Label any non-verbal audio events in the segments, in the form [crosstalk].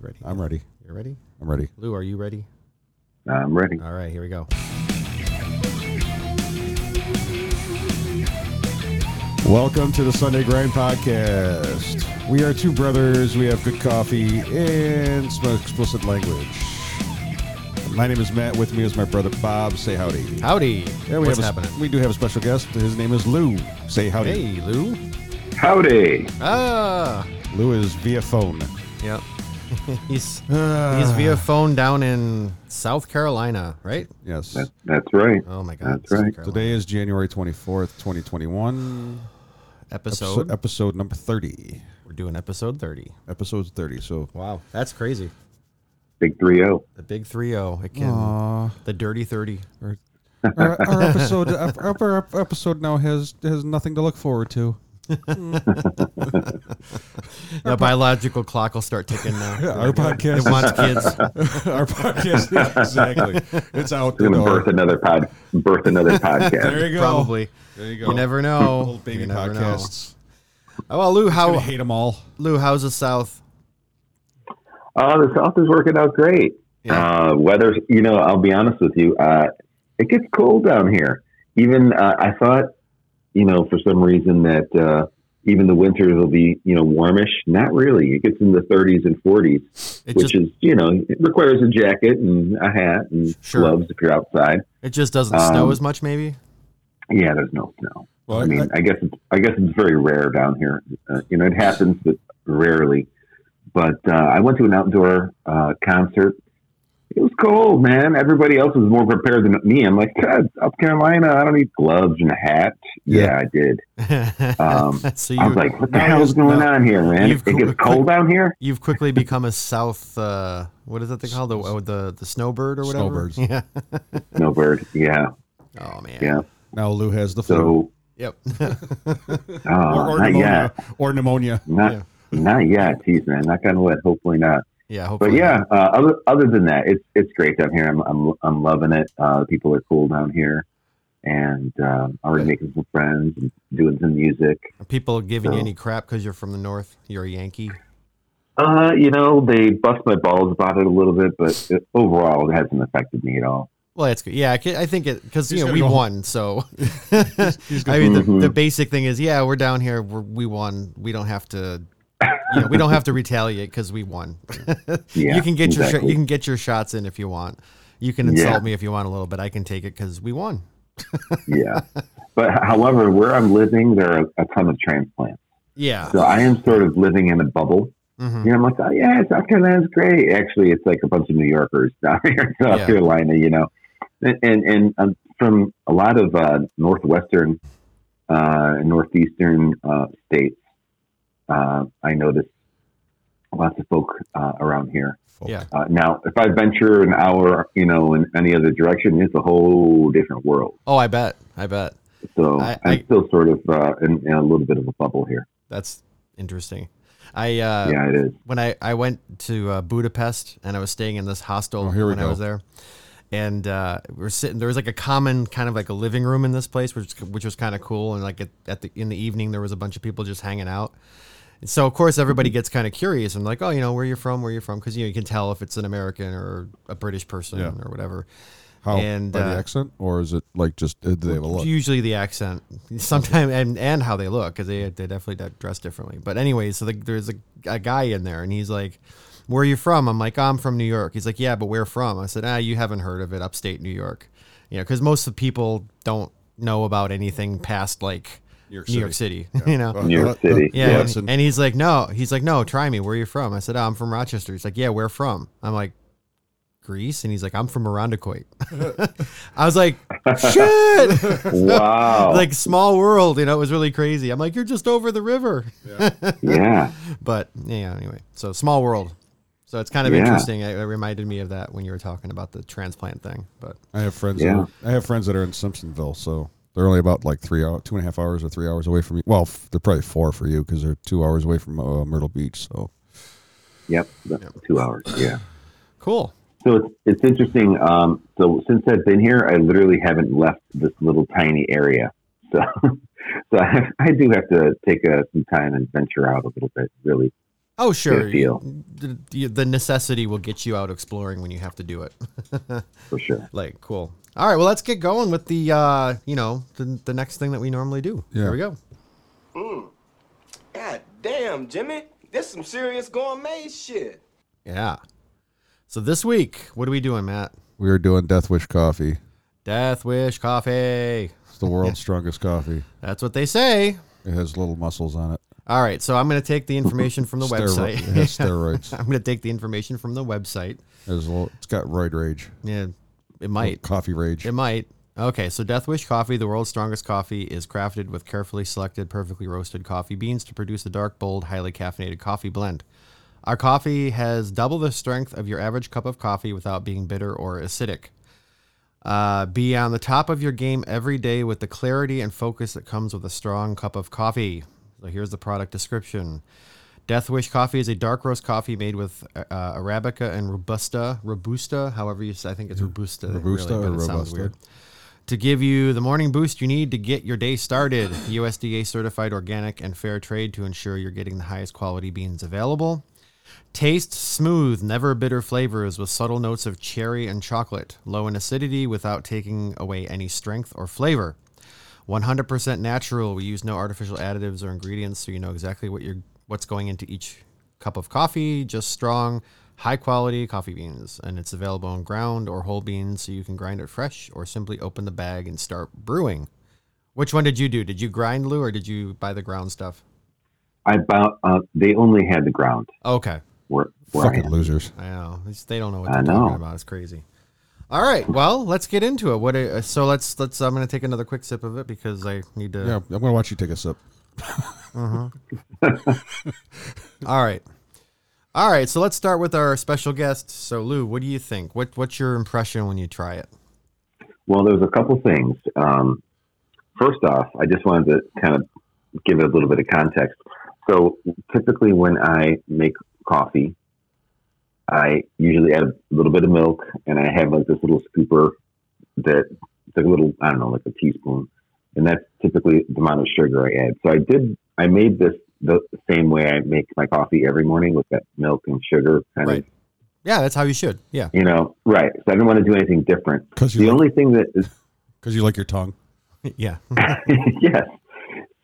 ready. I'm ready. You're ready? I'm ready. Lou, are you ready? I'm ready. All right, here we go. Welcome to the Sunday Grind Podcast. We are two brothers. We have good coffee and some explicit language. My name is Matt. With me is my brother Bob. Say howdy. Howdy. Yeah, we What's have a- happening? we do have a special guest. His name is Lou. Say howdy. Hey, Lou. Howdy. Ah. Lou is via phone. Yep. [laughs] he's he's via phone down in South Carolina, right? [sighs] Yes. That, that's right. Oh my God. That's South right. Carolina. Today is January 24th, 2021. episode. Episode, episode number 30. We're doing episode thirty. Episode 30. So, Wow, that's crazy. Big three oh. zero. The big three zero. It can Aw. the dirty thirty. our, our, [laughs] our episode our, our episode now has has nothing to look forward to. The biological clock will start ticking now. [laughs] Our It podcast, wants kids. [laughs] [laughs] our podcast, exactly. It's out the We're gonna door. birth another pod. [laughs] Birth another podcast. There you go. Probably. There you go. You never know. Little baby You never know. podcasts. Oh, well, Lou, I how hate them all. Lou, how's the South? Uh, the South is working out great. Uh, weather, you know, I'll be honest with you. Uh, it gets cold down here. Even uh, I thought, you know, for some reason that uh, even the winters will be, you know, warmish. Not really. It gets in the 30s and 40s, It which just is, you know, it requires a jacket and a hat and Sure. gloves if you're outside. it just doesn't snow um, as much, maybe. Yeah, there's no snow. Well, I mean, I guess it's, I guess it's very rare down here. Uh, you know, it happens, but rarely. But uh, I went to an outdoor uh, concert. It was cold, man. Everybody else was more prepared than me. I'm like, God, South Carolina, I don't need gloves and a hat. Yeah, Yeah. I did. Um, [laughs] so I you was like, what the now hell's you've- going now on here, man? you've It gets quick- cold down here. You've quickly become a South. Uh, what is that they call the oh, the the snowbird or whatever? Snowbirds. [laughs] Yeah. Snowbird. Yeah, Oh man. yeah. now Lou has the flu. So, Yep. [laughs] uh, or, or not pneumonia. yet. Or pneumonia. Not, Yeah. not yet. Jeez, man. Not gonna let. Hopefully not. yeah. But Hopefully. yeah, uh, other other than that, it's it's great down here. I'm I'm, I'm loving it. Uh, people are cool down here, and uh, already making some friends and doing some music. Are people giving you So- any crap because you're from the north? You're a Yankee. Uh, you know, they bust my balls about it a little bit, but it, overall, it hasn't affected me at all. Well, that's good. Yeah, I ca- I think it because He's you know gonna we go home. won. [laughs] So [laughs] He's gonna- I mean, the, Mhm. the basic thing is, yeah, we're down here. We're, we won. We don't have to. You know, we don't have to retaliate because we won. [laughs] Yeah, [laughs] you can get your sh- exactly. you can get your shots in if you want. You can insult Yeah. me if you want a little bit. I can take it because we won. yeah. But however, where I'm living, there are a ton of transplants, Yeah. so I am sort of living in a bubble. hmm You know, I'm like, oh yeah, South Carolina's great. Actually, it's like a bunch of New Yorkers [laughs] down here in South Yeah. Carolina. You know, and and, and um, from a lot of uh, northwestern uh, and northeastern uh, states, uh, I noticed lots of folk uh, around here. Yeah. Uh, now, if I venture an hour, you know, in any other direction, it's a whole different world. Oh, I bet. I bet. So I- I, I- am still sort of uh, in, in a little bit of a bubble here. That's interesting. I uh, yeah, [laughs] it is. when I, I went to uh, Budapest and I was staying in this hostel Oh, here we when I go. was there. And uh, we were sitting. There was like a common kind of like a living room in this place, which which was kind of cool. And like at, at the in the evening, there was a bunch of people just hanging out. And so of course everybody Mm-hmm. gets kind of curious and like, oh, you know, where you're from, where you're from, because you know you can tell if it's an American or a British person Yeah. or whatever. How? And, by uh, the accent? Or is it like just, uh, do they have a It's look? Usually the accent, [laughs] sometimes and and how they look because they they definitely d- dress differently. But anyway, so the, there's a, a guy in there and he's like, "Where are you from?" I'm like, "I'm from New York." He's like, "Yeah, but where from?" I said, "Ah, you haven't heard of it, upstate New York." You know, because most of the people don't know about anything past like New York City. [laughs] you know, Uh, New York uh, City. uh, yeah, yeah. and- And, he's like, no. He's like, no. Try me. Where are you from? I said, oh, I'm from Rochester. He's like, yeah, where from? I'm like, Greece. And he's like, I'm from Mirandacoit. [laughs] I was [laughs] like, shit. [laughs] Wow. like small world, you know. It was really crazy. I'm like, you're just over the river. [laughs] yeah. But yeah, anyway. So small world. So it's kind of Yeah. interesting. It, it reminded me of that when you were talking about the transplant thing. But I have friends. Yeah. That are, I have friends that are in Simpsonville, so they're only about like three hour, two and a half hours or three hours away from you. Well, f- they're probably four for you because they're two hours away from uh, Myrtle Beach. So Yep. Two hours. Yeah. cool. So it's, it's interesting. Um, so since I've been here, I literally haven't left this little tiny area. So, [laughs] so I, I do have to take uh some time and venture out a little bit, really Oh, sure. Good deal. The- The, the necessity will get you out exploring when you have to do it. [laughs] for sure. like, cool. All right, well, let's get going with the, uh, you know, the, the next thing that we normally do. Yeah. Here we go. God damn, Jimmy. This some serious gourmet shit. Yeah. So this week, what are we doing, Matt? We were doing Death Wish coffee. Death Wish Coffee. It's the world's strongest coffee. That's what they say. It has little muscles on it. All right, so I'm going to take the information from the Stero- website. It has [laughs] steroids. I'm going to take the information from the website. It has a little, it's got roid rage. Yeah, it might. Coffee rage. It might. Okay, so Death Wish Coffee, the world's strongest coffee, is crafted with carefully selected, perfectly roasted coffee beans to produce a dark, bold, highly caffeinated coffee blend. Our coffee has double the strength of your average cup of coffee without being bitter or acidic. Uh, be on the top of your game every day with the clarity and focus that comes with a strong cup of coffee. So here's the product description. Death Wish Coffee is a dark roast coffee made with uh, Arabica and Robusta. Robusta, however you say, I think it's Robusta. Robusta really, or but it sounds Robusta? weird. To give you the morning boost you need to get your day started. USDA certified organic and fair trade to ensure you're getting the highest quality beans available. Taste smooth, never bitter flavors with subtle notes of cherry and chocolate, low in acidity without taking away any strength or flavor. 100% natural. We use no artificial additives or ingredients, so you know exactly what you're what's going into each cup of coffee. Just strong, high quality coffee beans, and it's available in ground or whole beans, so you can grind it fresh or simply open the bag and start brewing. Which one did you do? Did you grind Lou, or did you buy the ground stuff? I about uh, they only had the ground Okay, where where I Fucking am. losers. I know It's- they don't know what I they're know. talking about. It's crazy. All right, well, let's get into it. What? Are, so let's let's. I'm gonna take another quick sip of it because I need to. Yeah, I'm going to watch you take a sip. All right. All right, so let's start with our special guest. So Lou, what do you think? What what's your impression when you try it? Well, there's a couple things. Um, first off, I just wanted to kind of give it a little bit of context. So, typically, when I make coffee, I usually add a little bit of milk, and I have like this little scooper that it's like a little I don't know, like a teaspoon, and that's typically the amount of sugar I add. So I did I made this the same way I make my coffee every morning with that milk and sugar kind Right. of Yeah, that's how you should. Yeah. [laughs] you know right. So I didn't want to do anything different. Because The you, like, only thing that is 'cause you like your tongue. yeah. [laughs] yes.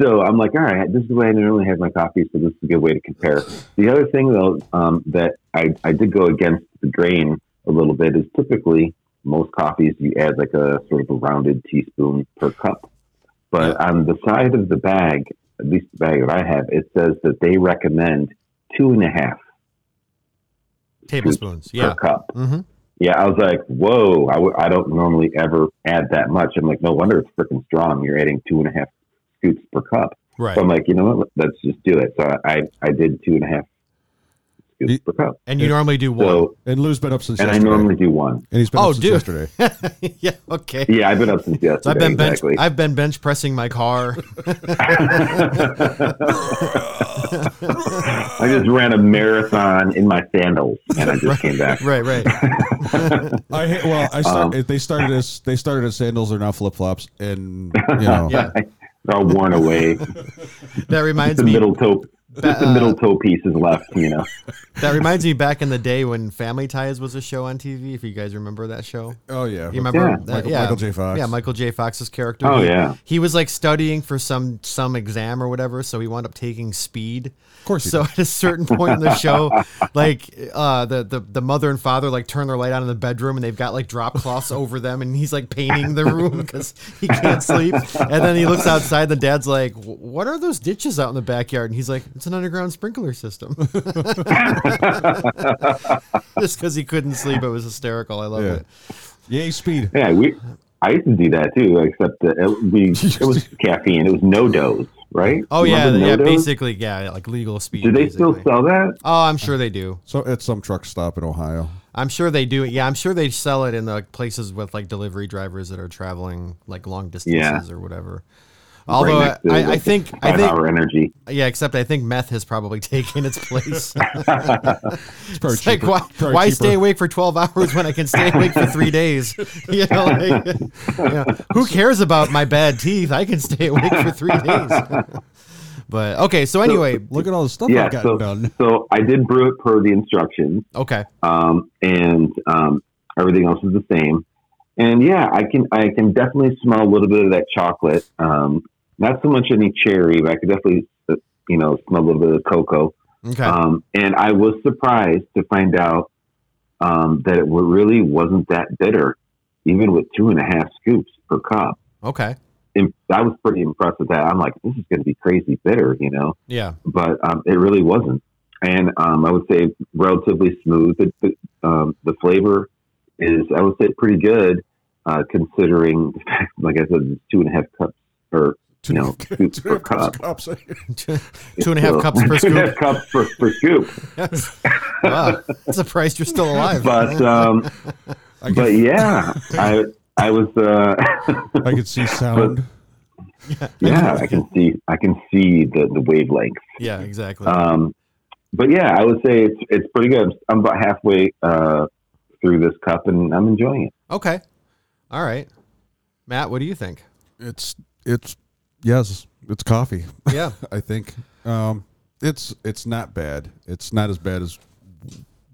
So I'm like, all right, this is the way I normally have my coffee, so this is a good way to compare. The other thing, though, um, that I, I did go against the grain a little bit is typically most coffees you add like a sort of a rounded teaspoon per cup. But on the side of the bag, at least the bag that I have, it says that they recommend two and a half Tablespoons. Yeah. per cup. Mm-hmm. Yeah, I was like, whoa, I, w- I don't normally ever add that much. I'm like, no wonder it's freaking strong. You're adding two and a half scoops per cup. Right. So I'm like, you know what? Let's just do it. So I, I did two and a half scoops You- per cup. And you normally do one. [laughs] So And Lou's been up since and I yesterday. normally do one. and he's been Oh, up since dude. yesterday. yeah, okay. Yeah, I've been up since yesterday. So I've been bench exactly. I've been bench pressing my [laughs] car. [laughs] I just ran a marathon in my sandals, and I just came back. right, right. I hate, well, I Um, start, they started as they started as sandals. They're now flip flops, and you know, [laughs] Yeah. They're all worn [laughs] away. That reminds The me middle toe, just the middle toe piece is left. You know. that reminds me back in the day when Family Ties was a show on TV, if you guys remember that show. oh yeah, You remember Yeah. that- Michael- yeah. Michael J. Fox. Yeah, Michael J. Fox's character. Oh He- yeah. He was like studying for some some exam or whatever, so he wound up taking speed. of course. you So at a certain point in the show, like uh, the, the the mother and father like turn their light on in the bedroom and they've got like drop cloths over them and he's like painting the room [laughs] because he can't sleep. And then he looks outside. The dad's like, "Wh- "What are those ditches out in the backyard?" And he's like, "It's an underground sprinkler system." [laughs] Just because he couldn't sleep, it was hysterical. I love Yeah. it. did. Yay, speed. Yeah, we. I used to do that too, except that it, we, [laughs] it was caffeine. It was no dose, right? Oh yeah, Remember no yeah. dose? Basically, yeah, like legal speed. Do they still basically. sell that? Oh, I'm sure they do. So at some truck stop in Ohio, I'm sure they do. Yeah, I'm sure they sell it in the places with like delivery drivers that are traveling like long distances or whatever. Although Right next to, I, I like, think five I think hour energy. yeah, except I think meth has probably [laughs] taken its place. it's probably It's like cheaper. why, Probably why cheaper. stay awake for twelve hours when I can stay awake for three days? [laughs] You know, like, you know, who cares about my bad teeth? I can stay awake for three days. [laughs] But okay, so anyway, Look at all the stuff yeah, I've gotten [laughs] so, done. so I did brew it per the instructions, okay, um, and um, everything else is the same. And yeah, I can I can definitely smell a little bit of that chocolate. Um, not so much any cherry, but I could definitely uh, you know smell a little bit of cocoa. okay, Um, and I was surprised to find out um, that it wa- really wasn't that bitter, even with two and a half scoops per cup. okay, And I was pretty impressed with that. I'm like, this is going to be crazy bitter, you know yeah, [laughs] but um, it really wasn't. And um, I would say relatively smooth. The, the, um, the flavor is, I would say, pretty good uh, considering the [laughs] fact, like I said, it's two and a half cups or Two, you know, [laughs] two per and a half cups. two and a half so- cups per [laughs] two and a scoop. half cups per, per scoop. wow, I'm surprised you're still alive. [laughs] But um, I but could, yeah, I I was [laughs] uh, I could see sound. [laughs] yeah I can see I can see the the wavelength. yeah, exactly. Um, but yeah, I would say it's it's pretty good. I'm about halfway uh, through this cup and I'm enjoying it. okay, all right, Matt, what do you think? It's it's yes, it's coffee. [laughs] Yeah, I think um, it's it's not bad. It's not as bad as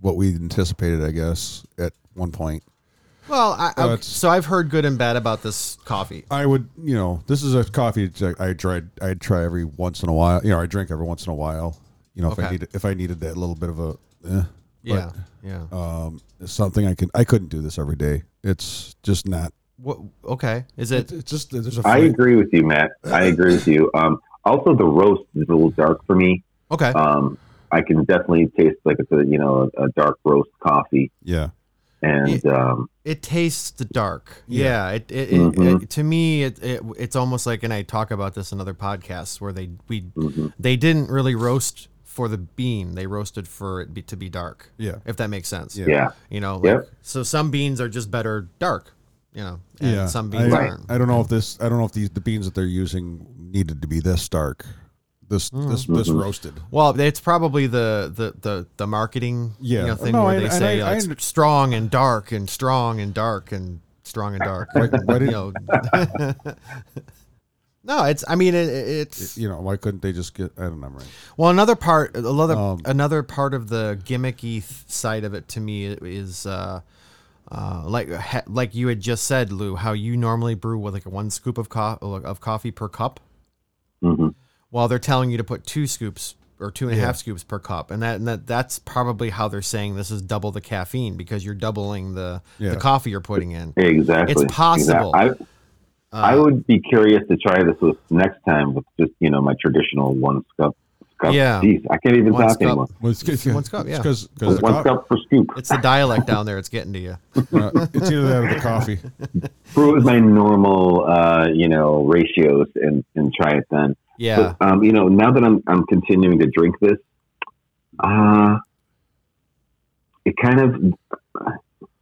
what we anticipated, I guess, at one point. [laughs] well, I, I- Uh, it's- so I've heard good and bad about this coffee. I would, you know, this is a coffee that I tried. I try every once in a while. You know, I drink every once in a while. You know, if I Okay. need if I needed that little bit of a, eh, Yeah, yeah. but, um, it's something I can I couldn't do this every day. It's just not. What? Okay, is It, it? it's just there's a. I flavor. agree with you, Matt. I agree with you. Um, also, the roast is a little dark for me. Okay, uh, Um, I can definitely taste like it's a you know a, a dark roast coffee, Yeah, and um, it tastes dark. Yeah. Yeah, it, it, it, Mhm. it to me it, it it's almost like and I talk about this in other podcasts where they we mhm. they didn't really roast for the bean. They roasted for it be, to be dark, yeah, if that makes sense. Yeah. yeah, You know, like, Yep. so some beans are just better dark, you know, and yeah. some I, beans aren't. I don't know if this. I don't know if these the beans that they're using needed to be this dark. This Hmm. this this Mhm. roasted. Well, it's probably the the the, the marketing Yeah. you know, thing No, where I- they and say I- like, I it's under- strong and dark and strong and dark and strong and dark. Why- why you did- know. [laughs] no, it's. I mean, it, it's. You know, why couldn't they just get? I don't know. Right. Well, another part, another Um, another part of the gimmicky th- side of it to me is uh, uh, like ha- like you had just said, Lou, how you normally brew with like one scoop of co- of coffee per cup. hmm While they're telling you to put two scoops or two and a half Yeah. scoops per cup, and that and that that's probably how they're saying this is double the caffeine because you're doubling the Yeah. the coffee you're putting in. exactly. It's possible. Exact- Uh, I, I would be curious to try this with next time with just you know my traditional one cup. cup. Yeah. Jeez, I can't even One talk scoop. anymore. Well, it's because One scoop, yeah. because One cup per scoop. It's the dialect down there; it's getting to you. uh, it's either that or the coffee. Brew with my normal uh, you know ratios and and try it then. Yeah, But, um, you know, now that I'm I'm continuing to drink this, uh, it kind of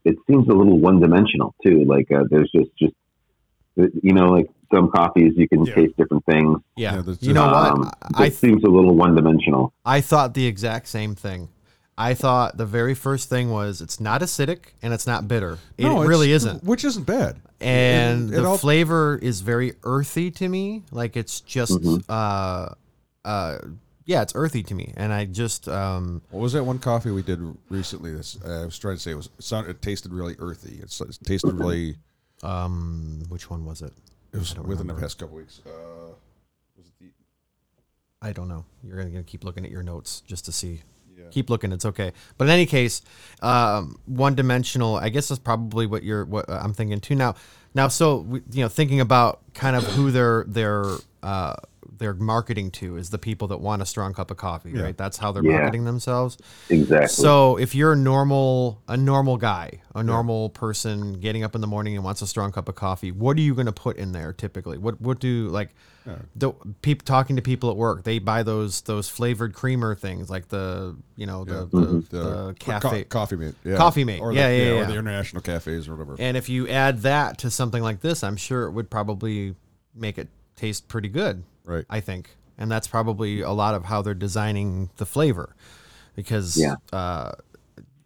it seems a little one dimensional too. Like uh, there's just just you know like some coffees you can Yeah. taste different things. yeah. Yeah, that's you know just- what? Um, I, I it seems a little one dimensional. I thought the exact same thing. I thought the very first thing was it's not acidic and it's not bitter. [laughs] It No, it's- really isn't. which isn't bad. And it- it the all- flavor is very earthy to me. Like it's just Mhm. Mm-hmm. uh uh yeah, it's earthy to me. And I just um What was that one coffee we did recently? This uh, I was trying to say it was it sounded it tasted really earthy. It's, it tasted really. um which one was it? It was don't within the remember. past couple weeks. Uh, was it the, I don't know. You're gonna, gonna keep looking at your notes just to see. Yeah. Keep looking. It's okay. But in any case, um, one dimensional. I guess that's probably what you're. What uh, I'm thinking too now. Now, so we, you know, thinking about kind of who they're they're uh, they're marketing to is the people that want a strong cup of coffee, Yeah. right? That's how they're Yeah. marketing themselves. Exactly. So if you're a normal a normal guy, a normal person getting up in the morning and wants a strong cup of coffee, what are you going to put in there typically? What what do like the people talking to people at work, they buy those those flavored creamer things like the, you know, the the, Mm-hmm. the co- cafe. coffee mate, yeah. Coffee Mate, or yeah, the, yeah, or yeah. the international cafes or whatever. and if you add that to something like this, I'm sure it would probably make it taste pretty good. right. I think, and that's probably a lot of how they're designing the flavor, because Yeah. uh,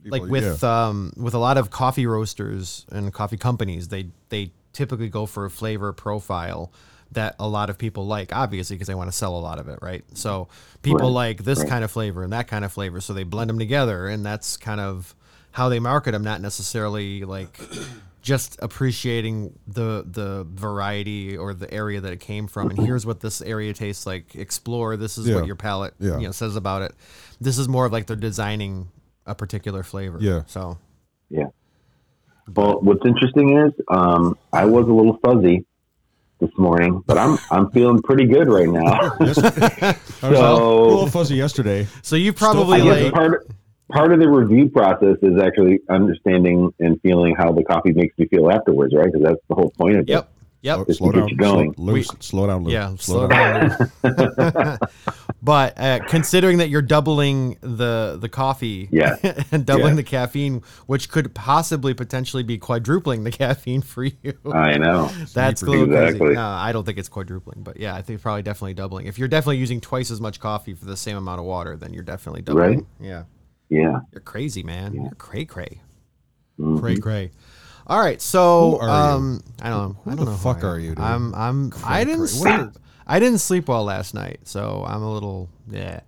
People- like with um, with a lot of coffee roasters and coffee companies, they they typically go for a flavor profile that a lot of people like, obviously, because they want to sell a lot of it, right? So people Right, like this right. kind of flavor and that kind of flavor, so they blend them together, and that's kind of how they market them, not necessarily like [clears throat] just appreciating the the variety or the area that it came from. And here's what this area tastes like. Explore. This is Yeah. what your palate Yeah. you know says about it. This is more of like they're designing a particular flavor. Yeah. So Well, what's interesting is um, I was a little fuzzy this morning, but I'm I'm feeling pretty good [laughs] right now. I was So- a little fuzzy [laughs] yesterday. so you I probably feel guess like part part of the review process is actually understanding and feeling how the coffee makes me feel afterwards, right? Because that's the whole point of [laughs] yep yep. Oh, slow Get down. you going. Slow, loose, slow down. Lou. Yeah, slow slow down. down. but uh, considering that you're doubling the the coffee, Yeah. [laughs] and doubling Yeah. the caffeine, which could possibly potentially be quadrupling the [laughs] caffeine for you. it. I know. That's a little Exactly. crazy. No, I don't think it's quadrupling, but yeah, I think probably definitely doubling. If you're definitely using twice as much coffee for the same amount of water, then you're definitely doubling. Right. Yeah, Yeah. you're crazy, man. You're cray cray, Mhm. cray cray. All right, so Mm-hmm. Who are you? um, I don't. I Who don't the know. who fuck I are you, dude? I'm. I'm. I didn't. cray. What Sleep, I didn't sleep well last night, so I'm a little. Yeah.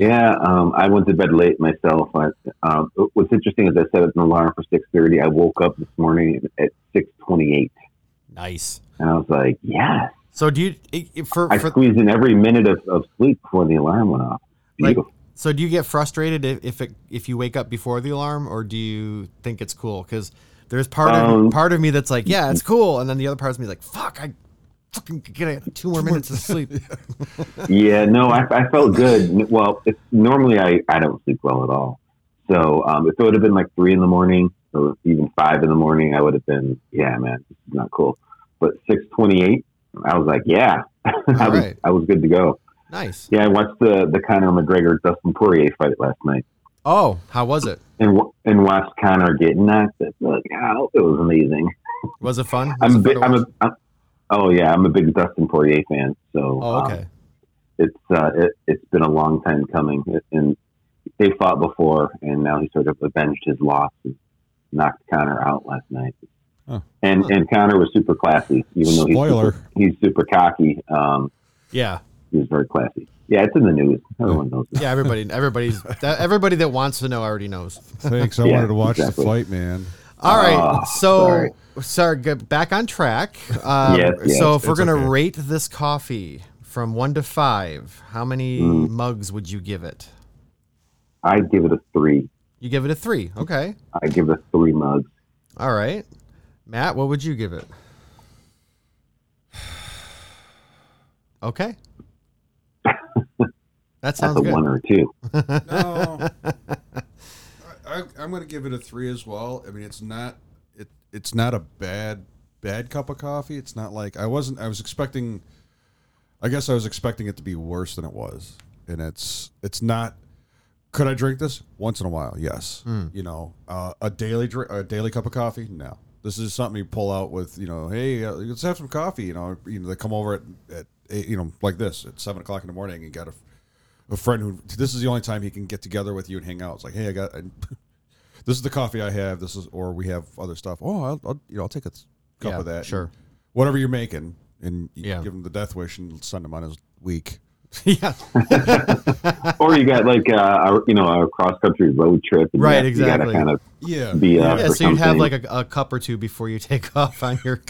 Yeah, um, I went to bed late myself. I, um, what's interesting is I set an alarm for six thirty. I woke up this morning at six twenty eight, Nice. and I was like, "Yes!" So do you i- i- for, I for squeezed in every minute of, of sleep before the alarm went off. like Beautiful. so do you get frustrated if if, it, if you wake up before the alarm or do you think it's cool because there's part Um, of part of me that's like yeah it's cool and then the other part of me is like fuck I fucking get a, two more [laughs] minutes of sleep yeah, no, I, I felt good. N- Well, it's, normally I, I don't sleep well at all. So um, if it would have been like three in the morning or even five in the morning, I would have been, yeah, man, this is not cool. But six twenty eight, I was like, yeah, [laughs] I was right. I was good to go. nice Yeah, I watched the the Conor McGregor Dustin Poirier fight last night, oh how was it and wa- and watched Conor get knocked the fuck out. It was amazing. was it fun Was it I'm a fun big, to I'm a, watch? I'm, oh yeah, I'm a big Dustin Poirier fan. So oh um, okay it's uh, it, it's been a long time coming, and they fought before, and now he sort of avenged his loss and knocked Conor out last night. Huh. And and Conor was super classy, even though he's Spoiler. super, he's super cocky. Um, yeah he was very classy. Yeah, it's in the news. Everyone knows. yeah [laughs] everybody everybody's that, everybody that wants to know already knows Thanks. I Yeah, wanted to watch exactly. the fight, man. All right. Oh, so, sorry. sorry. get back on track. Um, Yes, yes. so, if we're It's going to okay. rate this coffee from one to five, how many Mm. mugs would you give it? I give it a three. You give it a three. Okay. I give it three mugs. All right. Matt, what would you give it? [sighs] [laughs] Okay. That That's sounds a good. one or a two. No. I, I, I'm going to give it a three as well. I mean, it's not it it's not a bad bad cup of coffee. It's not like I wasn't. I was expecting. I guess I was expecting it to be worse than it was, and it's it's not. Could I drink this once in a while? Yes. Hmm. You know, uh, a daily drink, a daily cup of coffee. No, this is something you pull out with. You know, hey, uh, let's have some coffee. You know, you know they come over at, at eight, you know like this at seven o'clock in the morning and got a a friend who this is the only time he can get together with you and [laughs] hang out. It's like, hey, I got this is the coffee I have. This is or we have other stuff. Oh, I'll, I'll you know I'll take a cup Yeah, of that. sure. whatever you're making, and you Yeah. give him the death wish and send him on his week. [laughs] yeah. or you got like uh, a you know a cross country road trip. And Right, You, got exactly. to kind of Yeah, be up. Yeah, for so you'd have something. like a, a cup or two before you take [laughs] off on your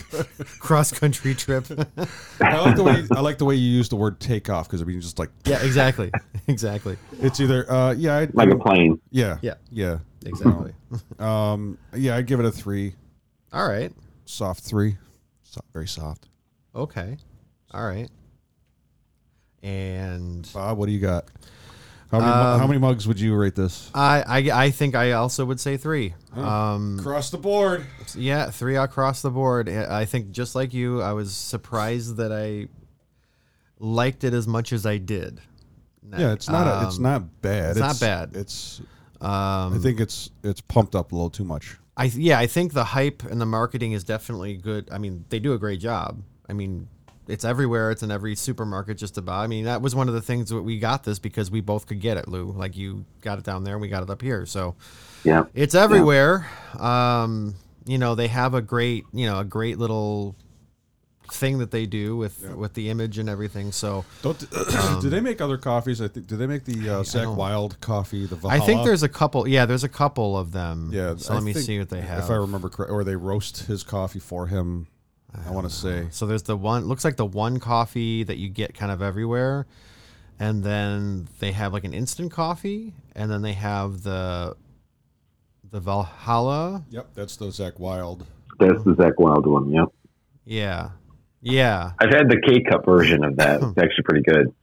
cross country trip. [laughs] I like the way I like the way you use the word take off because I mean just like yeah, exactly. [laughs] Exactly. it's either uh yeah I, like a plane. yeah Yeah. yeah Exactly. um yeah I'd give it a three All right. soft three so, very soft Okay. All right. And Bob what do you got how many, mu- Um, how many mugs would you rate this I, I, I think I also would say three. Hmm. Um, across the board yeah, three across the board. I I think just like you, I was surprised that I liked it as much as I did. yeah it's not a, it's Um, not bad it's not bad. it's Um, I think it's it's pumped up a little too much I th- yeah, I think the hype and the marketing is definitely good. I mean, they do a great job. I mean, it's everywhere. It's in every supermarket just about. I mean, that was one of the things that we got this because we both could get it, Lou. Like you got it down there, and we got it up here. So Yeah. it's everywhere. Um, you know, they have a great, you know, a great little thing that they do with with the image and everything. So Don't [clears throat] do they make other coffees? I think do they make the uh, Zach don't- Wild coffee? The I Valhalla? think there's a couple. Yeah, there's a couple of them. yeah. So I let me think, see what they have. If I remember correct, or they roast his coffee for him. I, want to say So there's the one looks like the one coffee that you get kind of everywhere. And then they have like an instant coffee and then they have the the Valhalla. Yep, that's the Zach Wild. That's the Zach Wild one. Yep. Yeah. Yeah. I've had the K cup version of that. It's actually pretty good.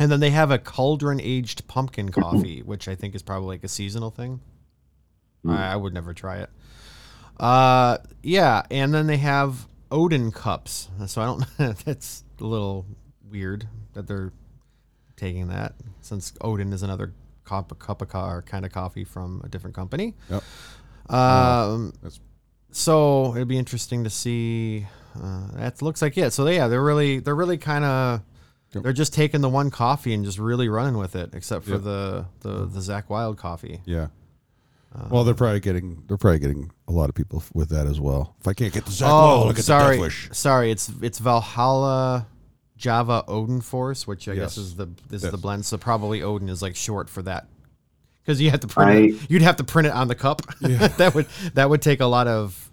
And then they have a cauldron aged pumpkin coffee, [coughs] which I think is probably like a seasonal thing. Hmm. I, I would never try it. Uh yeah, and then they have Odin cups. So I don't [laughs] that's a little weird that they're taking that since Odin is another cup cup of co- or kind of coffee from a different company. Yep. Uh, Um That's so it'd be interesting to see uh, that looks like it. So yeah, they're really they're really kind of Yep. they're just taking the one coffee and just really running with it, except for Yep. the the the Zach Wild coffee. yeah. Uh, well, they're probably getting they're probably getting a lot of people f- with that as well. If I can't get the Zach Wild, Oh, I'll get sorry, the Death Wish. sorry. It's it's Valhalla Java Odin Force, which I Yes. guess is the is Yes. the blend. So probably Odin is like short for that, because you have to print I- it, you'd have to print it on the cup. [laughs] that would that would take a lot of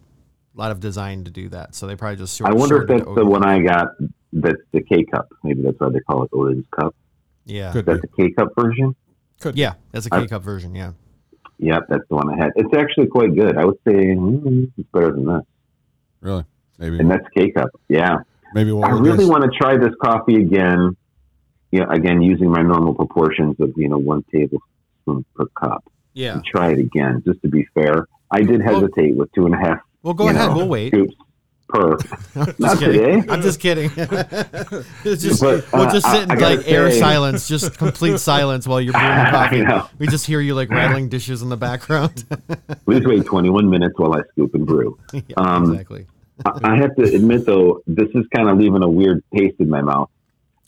lot of design to do that. So they probably just short. I wonder if shorted that's the Odin. one I got. That's the K cup. Maybe that's why they call it Odin's cup. Yeah, Could That's be. the K cup version. yeah. That's a I- K cup version. Yeah. Yep, that's the one I had. It's actually quite good. I would say mm, it's better than that. Really? Maybe. And that's K cup. Yeah. maybe what I Hmm. we'll do really is- want to try this coffee again. You know, again using my normal proportions of you know one tablespoon per cup. Yeah. And try it again, just to be fair. I did Well- hesitate with two and a half. Well, go you ahead. know, we'll wait. Scoops per. Just Not kidding. today. I'm just kidding. [laughs] It's just- But, we'll uh, just I- sit in I gotta like air say- silence, just [laughs] complete silence while you're brewing your I coffee. know. We just hear you like rattling dishes in the background. [laughs] Please wait 21 minutes while I scoop and brew. Yeah, Um, exactly. I I have to admit, though, this is kind of leaving a weird taste in my mouth.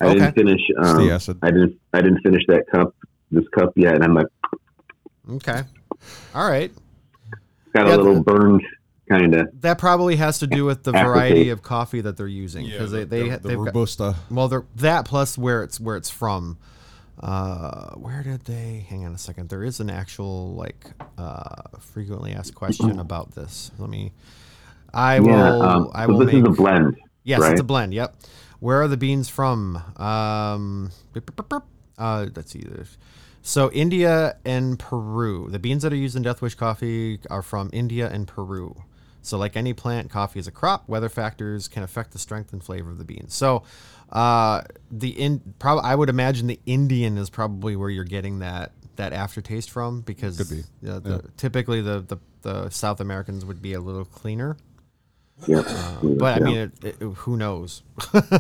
I didn't Okay. finish. It's Um, the acid. I didn't. I didn't finish that cup. This cup yet, and I'm like Okay. All right. got Yeah, a little burned kind of. That probably has to do with the Apple variety tea. of coffee that they're using Yeah, because the, they, they the, the they've got, robusta. well they're, that plus where it's where it's from. Uh, where did they? Hang on a second. There is an actual like uh, frequently asked question about this. Let me. I will. Mm-hmm. yeah. um, I so will this make. is a blend. Yes, right? it's a blend. Yep. Where are the beans from? Um, boop, boop, boop, boop. Uh, let's see. There's- So India and Peru. The beans that are used in Death Wish coffee are from India and Peru. So like any plant, coffee is a crop. Weather factors can affect the strength and flavor of the beans. So uh, the in probably I would imagine the Indian is probably where you're getting that that aftertaste from because Could be. yeah, the, typically the, the the South Americans would be a little cleaner. Yep. uh, But I Yeah. mean, it, it, who knows?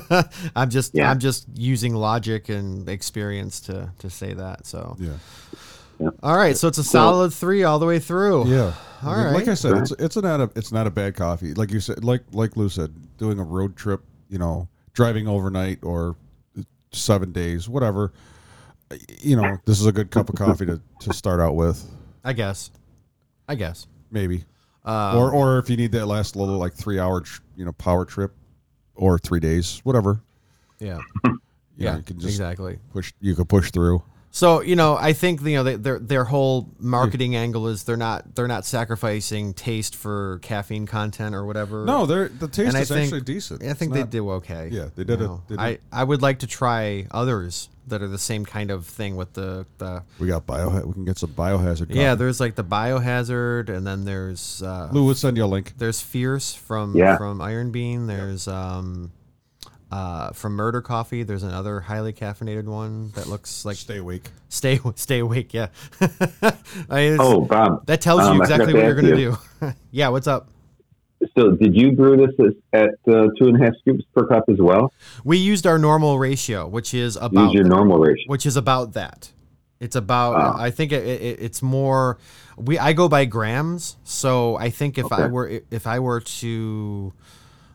[laughs] I'm just Yeah. I'm just using logic and experience to to say that. So Yeah. all right, so it's a solid three all the way through. Yeah. All I mean, Like right. I said, it's it's not a it's not a bad coffee. Like you said, like like Lou said, doing a road trip, you know, driving overnight or seven days, whatever. You know, this is a good cup of coffee to, to start out with, I guess. I guess. maybe. Um, or or if you need that last little like three hour tr- you know power trip, or three days, whatever. yeah, You know, yeah, you can just exactly. push. You can push through. So you know, I think you know they, their their whole marketing angle is they're not they're not sacrificing taste for caffeine content or whatever. No, they're the taste And I is think- actually decent. I It's think they not- do okay. Yeah, they did you a- know. they did- I I would like to try others that are the same kind of thing with the the We got bio. We can get some biohazard. Yeah, coffee. there's like the biohazard, and then there's uh, Lou, we'll send you a link. there's fierce from Yeah. from Iron Bean. There's um, uh, from Murder Coffee. There's another highly caffeinated one that looks like Stay awake. stay stay awake. Yeah, [laughs] I, it's- Oh, Bob. that tells um, you I forgot exactly to what you're ask gonna do. you. [laughs] yeah, what's up? So, did you brew this as, at uh, two and a half scoops per cup as well? We used our normal ratio, which is Use about your normal ratio. which is about that. It's about. Ah. I think it, it, it's more. We I go by grams, so I think if I Okay. were if I were to,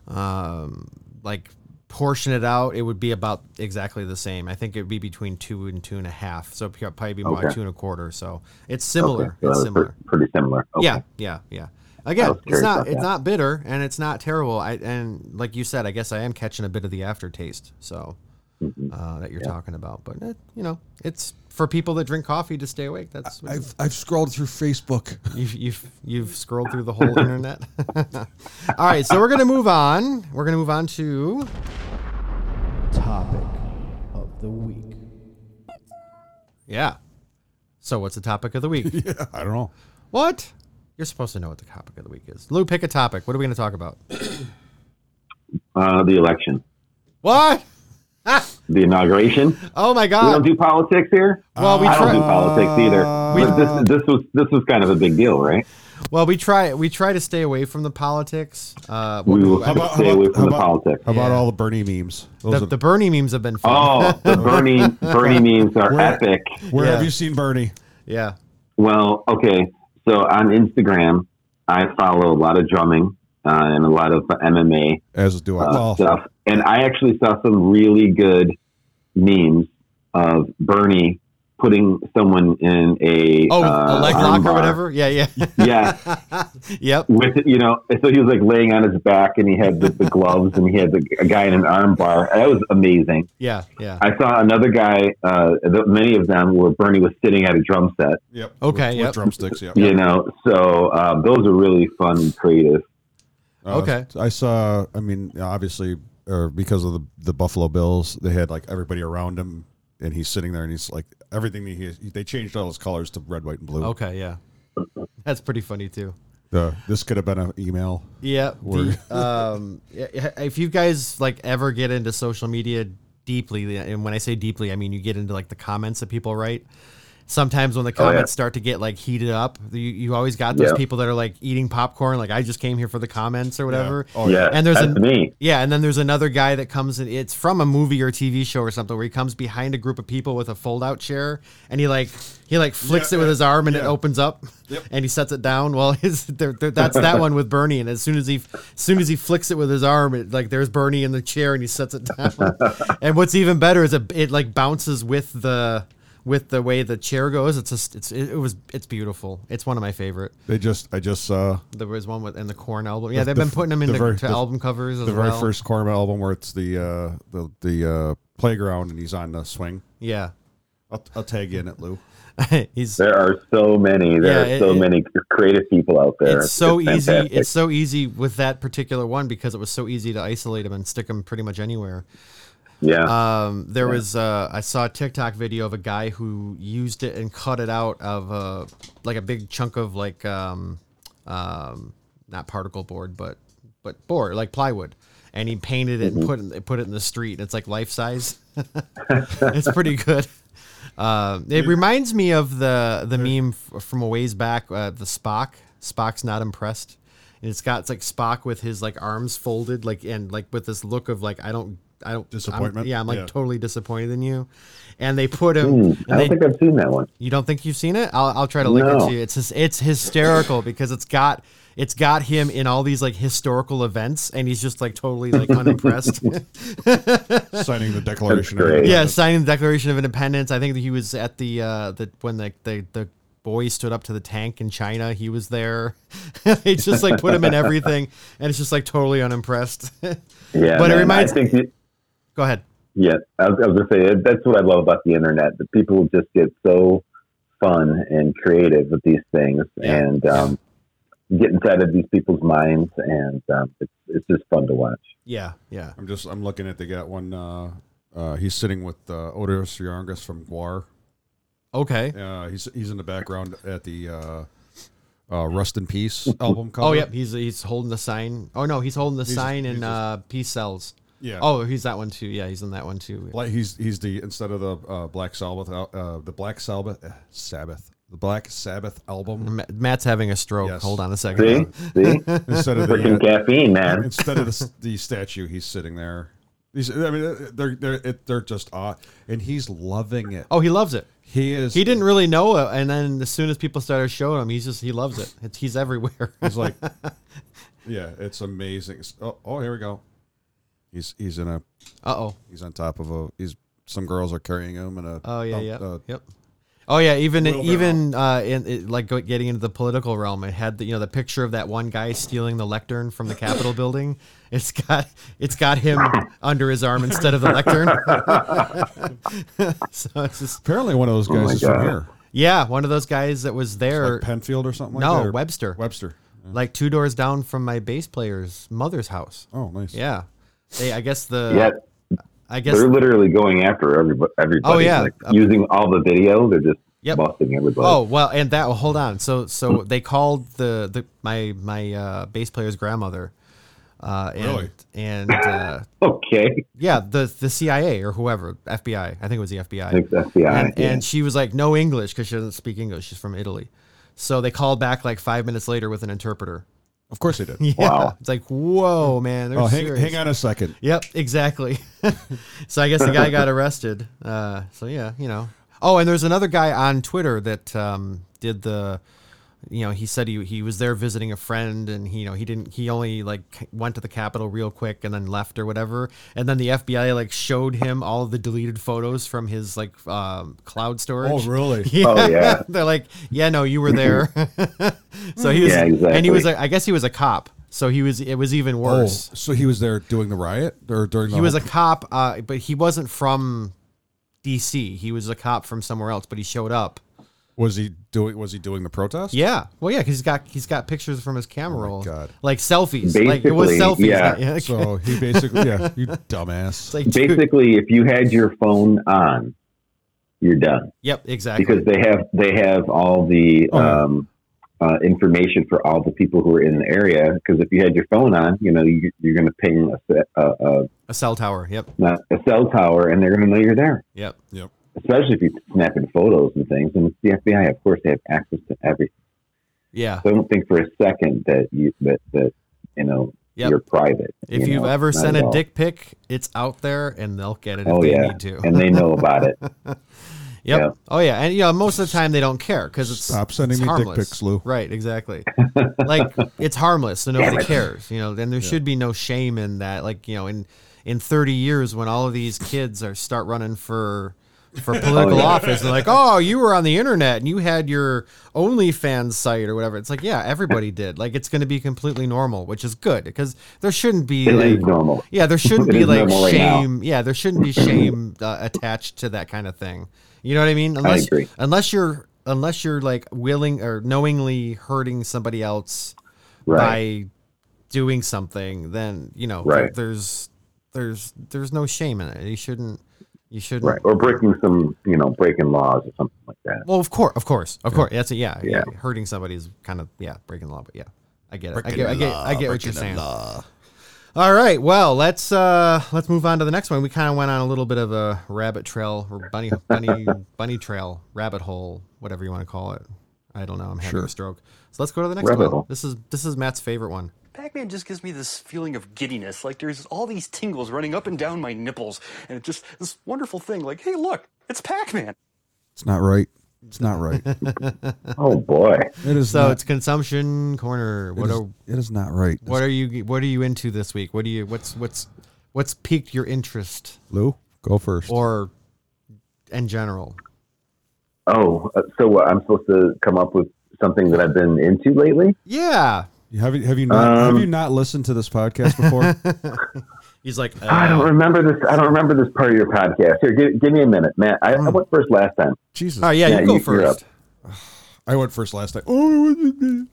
um, like portion it out, it would be about exactly the same. I think it would be between two and two and a half. So it'd probably be more like Okay. two and a quarter. So it's Okay, similar. so that it's was similar. pre- pretty similar. Okay. Yeah, yeah, yeah. I Again, was it's curious not about it's that. not bitter and it's not terrible. I and like you said, I guess I am catching a bit of the aftertaste. So Mhm. uh, that you're talking about, but eh, you know, it's for people that drink coffee to stay awake. That's what it I've I've scrolled through Facebook. You've, you've, you've scrolled through the whole internet. [laughs] All right, so we're going to move on. We're going to move on to. Topic of the week. [laughs] Yeah. So, what's the topic of the week? Yeah, [laughs] I don't know. what? You're supposed to know what the topic of the week is. Lou, pick a topic. What are we going to talk about? Uh, the election, What? the inauguration. Oh, my we don't God. do politics here. Well, we I don't do try. politics either. we- But this, this was this was kind of a big deal, right? Well, we try. We try to stay away from the politics. Uh, We will How about- stay how away about- from how the about- politics. How about Yeah. all the Bernie memes? Those the, are- the Bernie memes have been fun. Oh, the Bernie Bernie memes are Where- epic. where yeah. have you seen Bernie? [laughs] Yeah. Well, okay. So on Instagram, I follow a lot of drumming uh, and a lot of MMA As do I. uh, well, stuff, and I actually saw some really good memes of Bernie putting someone in a Oh, uh, a leg arm lock bar. or whatever. Yeah, [laughs] [laughs] yeah. Yeah, yep. with you know, so he was like laying on his back, and he had the, the gloves, and he had the, a guy in an arm bar. That was amazing. Yeah, yeah. I saw another guy. Uh, the, many of them where Bernie was sitting at a drum set. yep. Okay, With, yep. with drumsticks. Yep. You know, so uh, those are really fun, and creative. Uh, Okay. I saw. I mean, obviously, or because of the the Buffalo Bills, they had like everybody around him, and he's sitting there, and he's like everything. He he- they changed all his colors to red, white, and blue. Okay, yeah. That's pretty funny too. The, this could have been an email. Yeah. Word. The, [laughs] um, yeah, yeah, if you guys like ever get into social media deeply, and when I say deeply, I mean you get into like the comments that people write. Sometimes when the Oh, yeah. comments start to get like heated up, you, you always got those Yeah. people that are like eating popcorn, like I just came here for the comments or whatever. Oh, yeah, And there's that's a- me. Yeah, and then there's another guy that comes in. It's from a movie or TV show or something where he comes behind a group of people with a fold-out chair, and he like he like flicks Yeah, it with yeah, his arm, and it yeah. opens up, and he sets it down. Well, [laughs] his there there- that's that one with Bernie, and as soon as he as soon as he flicks it with his arm, it like there's Bernie in the chair, and he sets it down. [laughs] and what's even better is it it like bounces with the with the way the chair goes. It's just it's it, was it's beautiful. It's one of my favorite. They just I just saw There was one with in the Corn album. Yeah, The- they've the been f- putting them the in the, very- to the- album covers as the very well. first Corman album where it's the uh, the the uh, playground, and he's on the swing. Yeah. I'll, I'll tag you in it, Lou. [laughs] he's There are so many. There Yeah, are it- so it- many creative people out there. it's so easy. fantastic. It's so easy with that particular one because it was so easy to isolate him and stick him pretty much anywhere. yeah. Um, there was uh, I saw a TikTok video of a guy who used it and cut it out of uh, like a big chunk of like um, um, not particle board but but board like plywood, and he painted it and put Mm-hmm. it, put it in the street. It's like life size. [laughs] it's pretty good. Um, it reminds me of the the meme f- from a ways back, uh, the Spock. Spock's not impressed, and it's got it's like Spock with his like arms folded, like and like with this look of like I don't, I don't I'm- Disappointment? yeah, I'm like Yeah. totally disappointed in you. And they put him. Hmm, I and don't they, think I've seen that one. you don't think you've seen it? I'll, I'll try to link it No. to you. It's hys- it's hysterical because it's got it's got him in all these like historical events, and he's just like totally like unimpressed. Signing [laughs] the Declaration. That's of great. yeah, Independence. signing the Declaration of Independence. I think that he was at the uh, the when the the, the boy stood up to the tank in China. He was there. [laughs] they just like put him in everything, and it's just like totally unimpressed. [laughs] Yeah, But it man, reminds- I think it- Go ahead. yeah, I was, I was gonna say that- that's what I love about the internet. That people just get so fun and creative with these things, Yeah. and um, get inside of these people's minds, and um, it's it's just fun to watch. Yeah, yeah. I'm just I'm looking at they got one. Uh, uh, he's sitting with uh, Odorous Yarngus from Guar. Okay. Uh, he's he's in the background at the uh, uh, Rust in Peace album cover. Oh yep, he's he's holding the sign. Oh no, he's holding the He's just- sign he's in just- uh, peace cells. yeah. Oh, he's that one too. Yeah, he's in that one too. Like he's he's the instead of the uh, Black Sabbath al- uh, the Black Sabbath uh, Sabbath the Black Sabbath [laughs] album Ma- Matt's having a stroke. Yes. Hold on a second. See, see, [laughs] instead of the freaking caffeine, uh, man. instead of the, s- the statue he's sitting there. He's, I mean uh, they're they're it, they're just uh, and he's loving it. Oh, he loves it. he is. He didn't really know it, and then as soon as people started showing him, he's just he loves it. It's, he's everywhere. [laughs] He's like, yeah, it's amazing. It's- Oh, oh, here we go. He's he's in a Uh oh. he's on top of a he's some girls are carrying him in a Oh yeah, a- yeah, a yep. Oh yeah, even Wheelbarrow. even uh, in it, like go- getting into the political realm, it had the, you know the picture of that one guy stealing the lectern from the [laughs] Capitol building. It's got it's got him under his arm instead of the lectern. [laughs] so it's just Apparently, one of those guys Oh my is God. from here, yeah, one of those guys that was there, like Penfield or something. No, like that, or- Webster. Webster. like two doors down from my bass player's mother's house. Oh, nice. Yeah, they I guess the Yeah, I guess they're literally going after everybody. everybody. Oh, yeah. like, using all the video, they're just Yep. busting everybody. Oh well, and that well, hold on. So so they called the the my my uh, bass player's grandmother, uh, and Really? and uh, [laughs] okay, yeah, the the CIA or whoever FBI, I think it was the FBI, thanks FBI. and, and she was like no English because she doesn't speak English. She's from Italy, so they called back like five minutes later with an interpreter. [laughs] Of course they did. Yeah, Wow. it's like whoa, man. They're Oh, hang, serious. hang on a second. Yep, exactly. [laughs] so I guess the guy [laughs] got arrested. Uh, so yeah, you know. Oh, and there's another guy on Twitter that um, did the, you know, he said he he was there visiting a friend, and he you know he didn't he only like went to the Capitol real quick and then left or whatever, and then the FBI like showed him all of the deleted photos from his like um, cloud storage. Oh, [laughs] really? Oh, yeah. They're like, yeah, no, you were there. [laughs] so he was, Yeah, and he was, exactly. a, I guess he was a cop. So he was, it was even Oh, worse so he was there doing the riot or during the he was whole- a cop, uh, but he wasn't from D.C. He was a cop from somewhere else, but he showed up. was he doing was he doing the protest? Yeah, [laughs] well, yeah, because he's got he's got pictures from his camera roll, Oh God. like selfies. like it was Basically, selfies. yeah. not- [laughs] yeah, okay. So he basically yeah, [laughs] you it's dumbass. like, dude, Basically, if you had your phone on, you're done yep, exactly. because they have they have all the Oh, yeah. um, uh, information for all the people who are in the area. Because if you had your phone on, you know you, you're going to ping a, se- a, a, a cell tower. Yep, not- a cell tower, and they're going to know you're there. yep. Especially if you're snapping photos and things, and it's the FBI. Of course, they have access to everything. Yeah. So I don't think for a second that you that that you know Yep. you're private. If you you've know, ever not sent at a all. dick pic, it's out there, and they'll get it if Oh, they yeah. need to. and they know about [laughs] it. Yep. Yeah. Oh yeah, and you know most of the time they don't care because it's Stop sending it's me dick harmless. pics, Lou. Right, [laughs] exactly. like it's harmless, so nobody cares. You know, and there should be no shame in that. Like you know, in in thirty years when all of these kids are start running for [laughs] for political Oh, yeah. office, they're like, oh, you were on the internet and you had your OnlyFans site or whatever. It's like, yeah, everybody did. Like it's going to be completely normal, which is good because there shouldn't be It is like normal. yeah, there shouldn't It be is like normal right now. shame. yeah, there shouldn't be shame uh, attached to that kind of thing. You know what I mean? Unless agree. unless you're unless you're like willing or knowingly hurting somebody else Right. by doing something, then you know Right. there's there's there's no shame in it. You shouldn't you shouldn't Right. Or breaking some, you know, breaking laws or something like that. [laughs] Well, of course, of course, of course. That's a, yeah, yeah. Yeah. Hurting somebody is kind of yeah breaking the law, but yeah, I get it. I get, I get, I get what you're saying. All right, well, let's uh let's move on to the next one. We kind of went on a little bit of a rabbit trail or bunny [laughs] bunny bunny trail, rabbit hole, whatever you want to call it. I don't know. I'm having a stroke. So let's go to the next Rabbit one. hole. This is this is Matt's favorite one. Pac-Man just gives me this feeling of giddiness, like there's all these tingles running up and down my nipples, and it's just this wonderful thing, like, hey, look, it's Pac-Man. It's not right. It's not [laughs] right. It Oh boy. is So not, it's consumption corner. What it is, are it is not right. what are you what are you into this week? What do you what's what's what's piqued your interest Lou, go first. or in general? Oh, uh, so what, I'm supposed to come up with something that I've been into lately? Yeah. have you have you not have Um, you not listened to this podcast before? [laughs] He's like, uh, I don't remember this. I don't remember this part of your podcast. Here, give, give me a minute, Matt. I, I went first last time. Jesus. Oh yeah, Yeah, you go you- you're up. first. I went first last time. Oh, I went-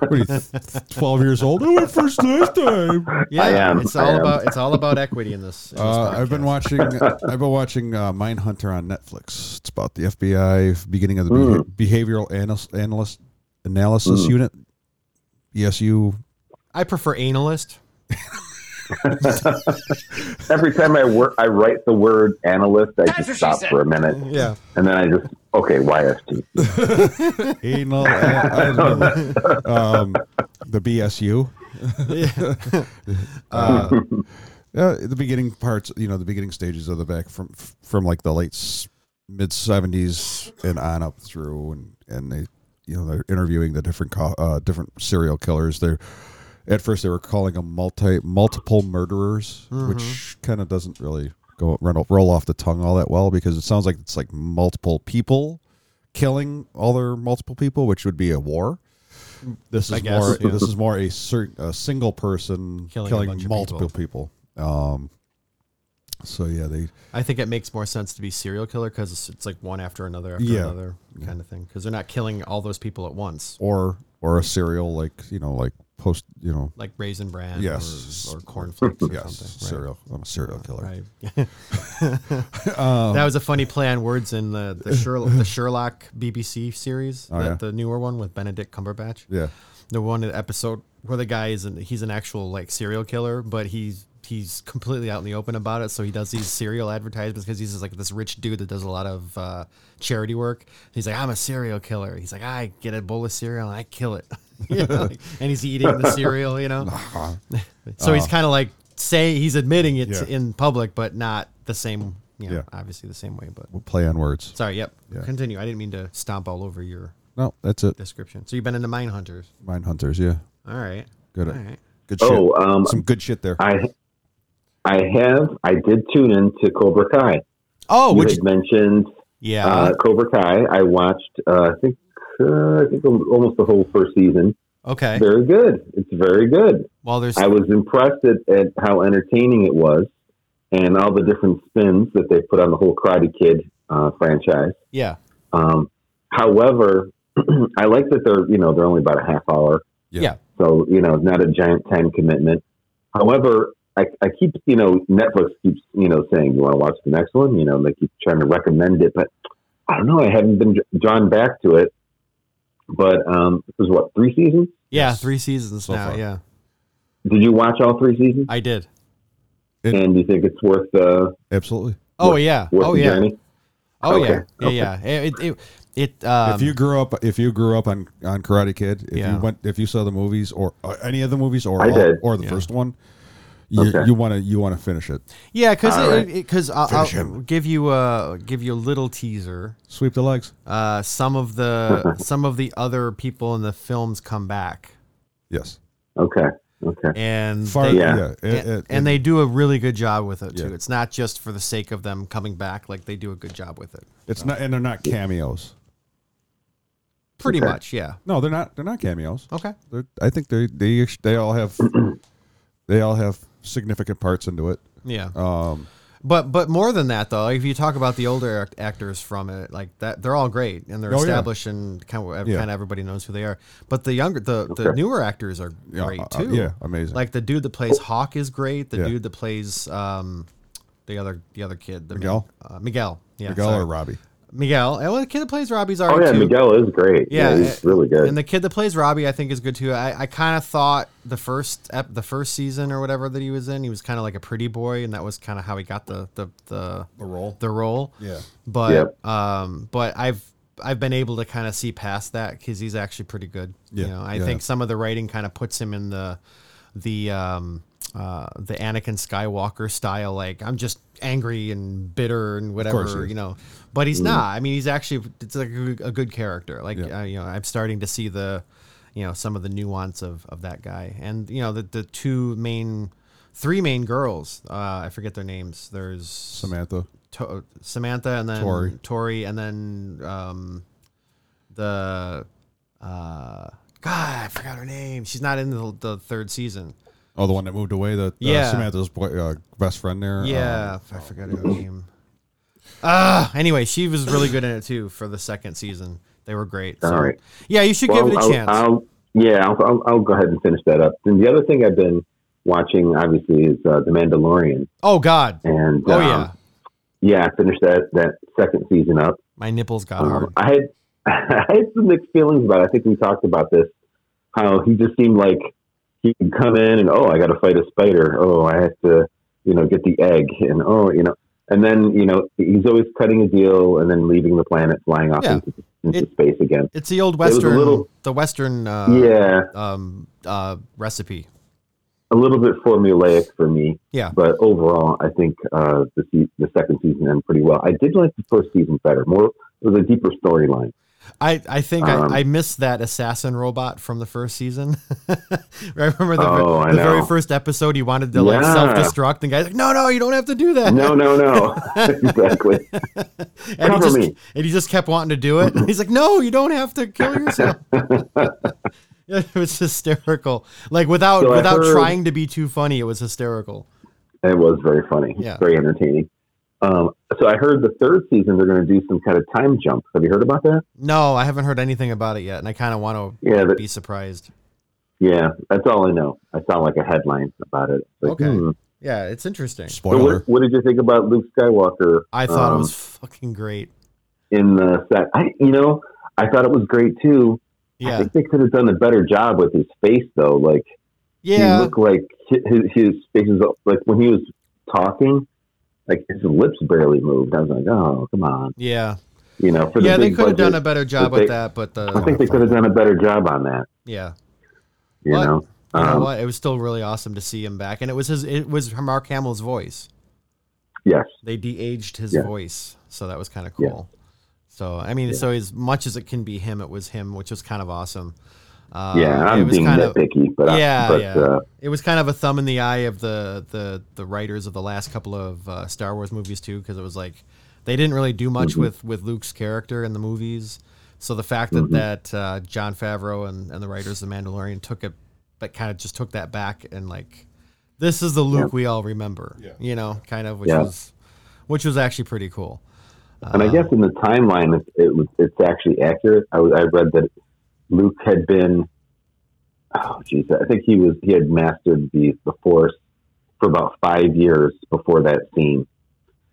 what are you, th- th- 12 years old? I went first last [laughs] time. Yeah, I am, it's I all am. about it's all about equity in this. in this Uh, I've been podcast. watching. I've been watching uh, Mindhunter on Netflix. It's about the FBI beginning of the Mm. beha- behavioral analyst, analyst analysis unit. E ESU. I prefer analyst. Every time I work, I write the word analyst. I just stop for a minute, Yeah. and then I just okay, YFT. Anal, uh, um, the BSU. uh, uh, the beginning parts, you know, the beginning stages of the back from from like the late s- mid seventies and on up through, and and they, you know, they're interviewing the different co- uh, different serial killers. They're at first they were calling them multi multiple murderers, Mm-hmm. which kind of doesn't really go run, roll off the tongue all that well because it sounds like it's like multiple people killing other multiple people, which would be a war. This Mm, I is guess, more. yeah. This is more a, cer- a single person Killing a killing, bunch of multiple people. Um, so yeah, they I think it makes more sense to be serial killer because it's, it's like one after another after Yeah. another kind of thing because they're not killing all those people at once or or a serial like you know like post you know like raisin bran Yes. or, or cornflakes or yes something. serial. I'm a serial killer. Right. [laughs] right. [laughs] Um, that was a funny play on words in the the Sherlock, the Sherlock BBC series, Oh, that- yeah? the newer one with Benedict Cumberbatch. Yeah. the one episode where the guy is an, he's an actual like serial killer, but he's he's completely out in the open about it. So he does these serial advertisements because he's just like this rich dude that does a lot of uh, charity work. He's like, I'm a serial killer. He's like, I get a bowl of cereal and I kill it, [laughs] You know, like- and he's eating the cereal, you know. [laughs] so he's kind of like say he's admitting it Uh-huh. Yeah. in public, but not the same. You know, Yeah. obviously the same way, but We'll play on words. sorry. Yep. Yeah. Continue. I didn't mean to stomp all over your No, that's it. description. So you've been into mine hunters. Mine hunters. Yeah. All right. Good. All right. Good shit. Oh, um, Some good shit there. I I have I did tune in to Cobra Kai. oh, you would had mentioned Yeah. uh, Cobra Kai. I watched uh, I think uh, I think al- almost the whole first season. okay. Very good. It's very good. Well, there's I was impressed at, at how entertaining it was, and all the different spins that they put on the whole Karate Kid uh, franchise. yeah. Um, however, [clears throat] I like that they're you know they're only about a half hour. Yeah. Yeah. So you know, not a giant time commitment. However, I, I keep you know Netflix keeps you know saying you want to watch the next one. You know, and they keep trying to recommend it, but I don't know. I haven't been dr- drawn back to it. But um, it was what three seasons? Yeah, Yes. three seasons So now. far. Yeah, Did you watch all three seasons? I did. and do you think it's worth uh, absolutely. Oh yeah. worth Oh the yeah. journey? Oh Okay. yeah. Yeah yeah. It it it, it um, if you grew up, if you grew up on on Karate Kid, if Yeah. you went, if you saw the movies or uh, any of the movies or I all- did. or the Yeah. first one, you Okay. you want to you want to finish it, yeah because All right. because I'll, Finish I'll him. give you a give you a little teaser. sweep the legs. Uh, some [laughs] of the some of the other people in the films come back Yes, Okay. Okay. and far they, yeah, Yeah. it- and, it- Mm, and they do a really good job with it too. Yeah. It's not just for the sake of them coming back; like they do a good job with it. it's not and they're not cameos. Pretty Okay. much, yeah. No, they're not. They're not cameos. Okay. They're, I think they they each- they all [clears throat] have they all have significant parts into it. Yeah. Um, But but more than that though, if you talk about the older act- actors from it, like that, they're all great and they're Oh, yeah. established and kind of, Yeah. kind of everybody knows who they are. But the younger, the, the newer actors are yeah, great uh, too. yeah, amazing. like the dude that plays Hawk is great. The Yeah. dude that plays um, the other the other kid, the Miguel? uh, Miguel, yeah, Miguel sorry. or Robbie. Miguel. And well, the kid that plays Robbie's Oh already yeah, too. Miguel is great. Yeah, he's uh, really good. And the kid that plays Robbie, I think, is good too. I, I kind of thought the first ep, the first season or whatever that he was in, he was kind of like a pretty boy, and that was kind of how he got the the the The role. the role. Yeah. But Yep. um, but I've I've been able to kind of see past that because he's actually pretty good. You Yeah. know, I Yeah. think some of the writing kind of puts him in the the um uh the Anakin Skywalker style. Like I'm just angry and bitter and course he whatever. is. You know, but he's not. I mean, he's actually it's like a, a good character. Like Yeah. uh, you know, I'm starting to see the you know some of the nuance of of that guy and you know the the two main. Three main girls. Uh, I forget their names. There's Samantha. to- Samantha and then Tori. Tori, and then um, the uh, God, I forgot her name. She's not in the, the third season. Oh, the one that moved away. The uh, Yeah. Samantha's boy, uh, best friend there. Um, oh, Yeah, I forgot her name. Ah, anyway, she was really good in it too for the second season. They were great. So. All right. Yeah, you should give it a I'll, chance. I'll, yeah, I'll, I'll, I'll go ahead and finish that up. And the other thing I've been watching, obviously, is uh, The Mandalorian. oh God. And Oh um, yeah, yeah, I finished that that second season up. my nipples got Um, hard. I had [laughs] I had some mixed feelings about. it. I think we talked about this. How he just seemed like he could come in and oh, I got to fight a spider. Oh, I have to you know get the egg and oh you know. And then you know he's always cutting a deal and then leaving the planet, flying off Yeah. into, into It- space again. It's the old was a western, little- the western, uh, yeah, um, uh, recipe. a little bit formulaic for me. Yeah. But overall, I think uh, [laughs] the se- the second season ended pretty well. I did like the first season better. More it was a deeper storyline. I, I think Um, I, I missed that assassin robot from the first season. [laughs] I remember the, Oh, I the very know. first episode, he wanted to like Yeah. self destruct, and guy's like, "No, no, you don't have to do that." No, no, no. [laughs] exactly. [laughs] and he cover just me. and he just kept wanting to do it. He's like, "No, you don't have to kill [laughs] yourself." [laughs] it was hysterical. Like without So I without heard- trying to be too funny, it was hysterical. It was very funny. Yeah. Very entertaining. Um, so I heard the third season they're going to do some kind of time jump. Have you heard about that? No, I haven't heard anything about it yet, and I kind of want to Yeah, that, be surprised. yeah. That's all I know. I saw like a headline about it. It's Like, Okay. hmm. Yeah, it's interesting. [laughs] So Spoiler. what, what did you think about Luke Skywalker? I thought it um, was fucking great. in the set. I, you know, I thought it was great too. I Yeah, think they could have done a better job with his face though. Like yeah. he looked like hi- his, his face is like when he was talking, like his lips barely moved. I was like, oh come on, Yeah, you know. For the yeah, they big could have done a budget, better job but with they- that, but the I think they could have done a better job on that. yeah, You But- know. you know Um, what? It was still really awesome to see him back, and it was his. It was Mark Hamill's voice. yes. They de-aged his Yeah. voice, so that was kind of Yeah. cool. So I mean, so as much as it can be him, it was him, which was kind of awesome. Uh, Yeah, it I'm was being kind of nitpicky, but I- yeah, but yeah. Uh, it was kind of a thumb in the eye of the the the writers of the last couple of uh, Star Wars movies too, because it was like they didn't really do Mm-hmm. much with with Luke's character in the movies. So the fact that Mm-hmm. that uh, John Favreau and and the writers of The Mandalorian took it, but kind of just took that back and like this is the Luke we all remember, Yeah. you know, kind of which Yeah. was which was actually pretty cool. And I Um, guess in the timeline, it, it was it's actually accurate. I, was- I read that Luke had been, oh jeez, I think he was he had mastered the the Force for about five years before that scene.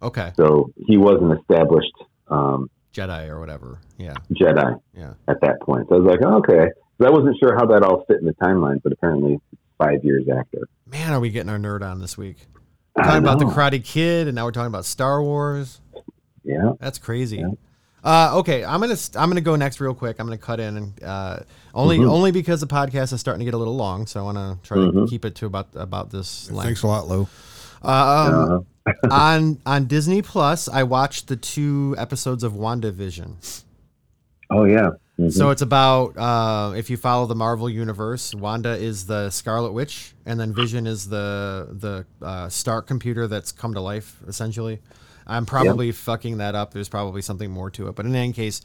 okay, So he was an established um, Jedi or whatever, yeah, Jedi yeah, at that point. So I was like, oh, okay, 'Cause I wasn't sure how that all fit in the timeline, but apparently it's five years after. man, are we getting our nerd on this week? I Talking about the know. Karate Kid, and now we're talking about Star Wars. yeah, That's crazy. Yeah. Uh, okay, I'm gonna st- I'm gonna go next real quick. I'm gonna cut in and uh, only Mhm. only because the podcast is starting to get a little long, so I want to try to Mhm. keep it to about about this Thanks length. a lot, Lou. Um, uh, on on Disney Plus, I watched the two episodes of WandaVision. oh yeah. Mhm. So it's about uh, if you follow the Marvel universe, Wanda is the Scarlet Witch, and then Vision is the the uh, Stark computer that's come to life. Essentially, I'm probably fucking that up. There's probably something more to it, but in any case,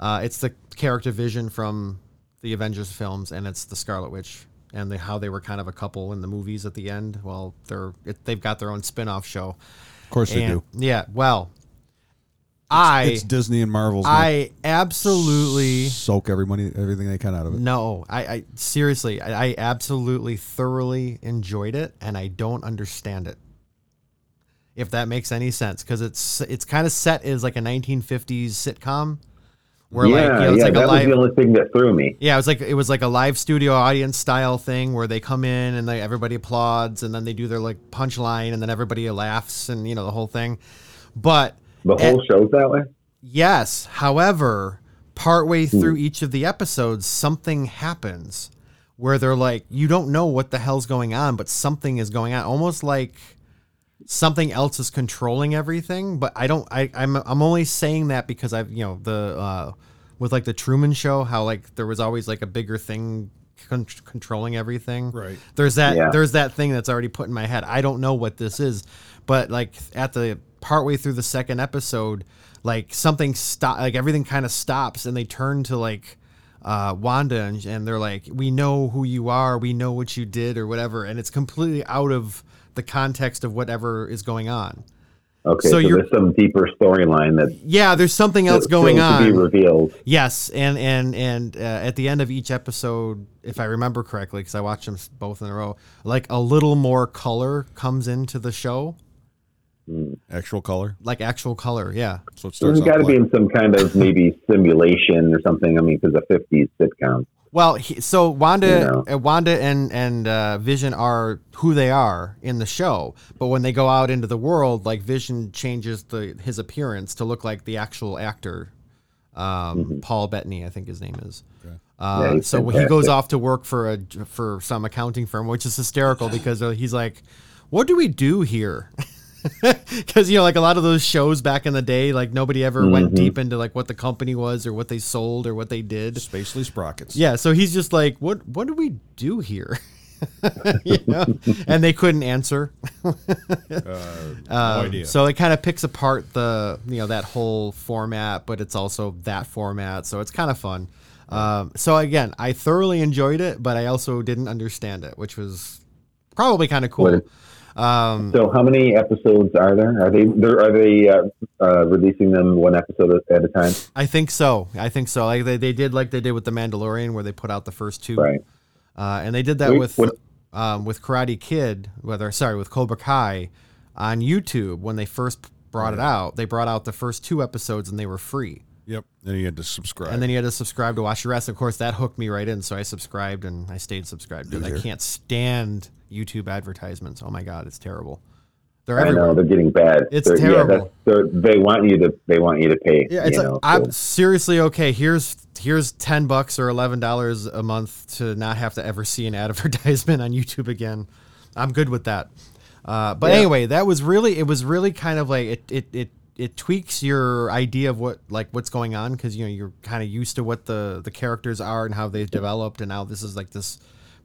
uh, it's the character Vision from the Avengers films, and it's the Scarlet Witch, and the, how they were kind of a couple in the movies at the end. Well, they're it, they've got their own spin off show. Of course they And- do. Yeah. Well, I it's Disney and Marvel's. gonna I absolutely. soak every money, everything they can out of it. No, I, I seriously, I, I absolutely thoroughly enjoyed it, and I don't understand it. If that makes any sense, because it's it's kind of set as like a 1950s sitcom, where yeah, like you know, it's yeah, like that a was live. the only thing that threw me. Yeah, it was like it was like a live studio audience style thing where they come in and they, everybody applauds and then they do their like punchline and then everybody laughs and you know the whole thing. But The whole show's that way. Yes. However, partway through each of the episodes, something happens where they're like, you don't know what the hell's going on, but something is going on. Almost like something else is controlling everything. But I don't. I, I'm I'm only saying that because I've you know the uh, with like the Truman Show, how like there was always like a bigger thing con- controlling everything. Right. There's that Yeah. there's that thing that's already put in my head. I don't know what this is, but like at the partway through the second episode, like something stop like everything kind of stops and they turn to like uh, Wanda and, and they're like, "We know who you are. We know what you did, or whatever." And it's completely out of the context of whatever is going on. Okay, So so, you're- there's some deeper storyline that Yeah, there's something else still going to be on. revealed. Yes, and and and uh, at the end of each episode, if I remember correctly, because I watched them s- both in a row, like a little more color comes into the show, Actual color. like actual color. Yeah, So it starts There's out got to be black. in some kind of maybe simulation or something. I mean, because a 50s sitcom. Well, he, so Wanda, You uh, Wanda, and and uh, Vision are who they are in the show, but when they go out into the world, like Vision changes the his appearance to look like the actual actor, um, Paul Bettany, I think his name is. Uh, Mm-hmm. Yeah, he's so he goes fantastic. off to work for a for some accounting firm, which is hysterical because uh, he's like, "What do we do here?" [laughs] because you know like a lot of those shows back in the day like nobody ever Mm-hmm. went deep into like what the company was or what they sold or what they did Spacely sprockets. yeah so he's just like what what do we do here [laughs] you know and they couldn't answer [laughs] Um, no idea. so it kind of picks apart the you know that whole format but it's also that format so it's kind of fun um, so again i thoroughly enjoyed it but i also didn't understand it which was probably kind of cool What- Mm. So, how many episodes are there? Are they there? Are they uh, uh, releasing them one episode at a time? I think so. I think so. Like they, they did like they did with the Mandalorian, where they put out the first two, Right. uh, and they did that Wait, with what- um, with Karate Kid, whether sorry with Cobra Kai on YouTube when they first brought it out. They brought out the first two episodes and they were free, Yep. Then you had to subscribe. and then you had to subscribe to watch the rest. Of course, that hooked me right in, so I subscribed and I stayed subscribed. Dude, I can't stand YouTube advertisements. Oh my god, it's terrible. They're I everywhere. know they're getting bad. It's They're- terrible. Yeah, that's, they're- they want you to. They want you to pay. Yeah, it's you like know, I'm so- seriously okay. Here's here's ten bucks or eleven dollars a month to not have to ever see an [laughs] advertisement on YouTube again. I'm good with that. Uh, but anyway, that was really it was really kind of like it it it it tweaks your idea of what like what's going on because you know you're kind of used to what the the characters are and how they've developed and now this is like this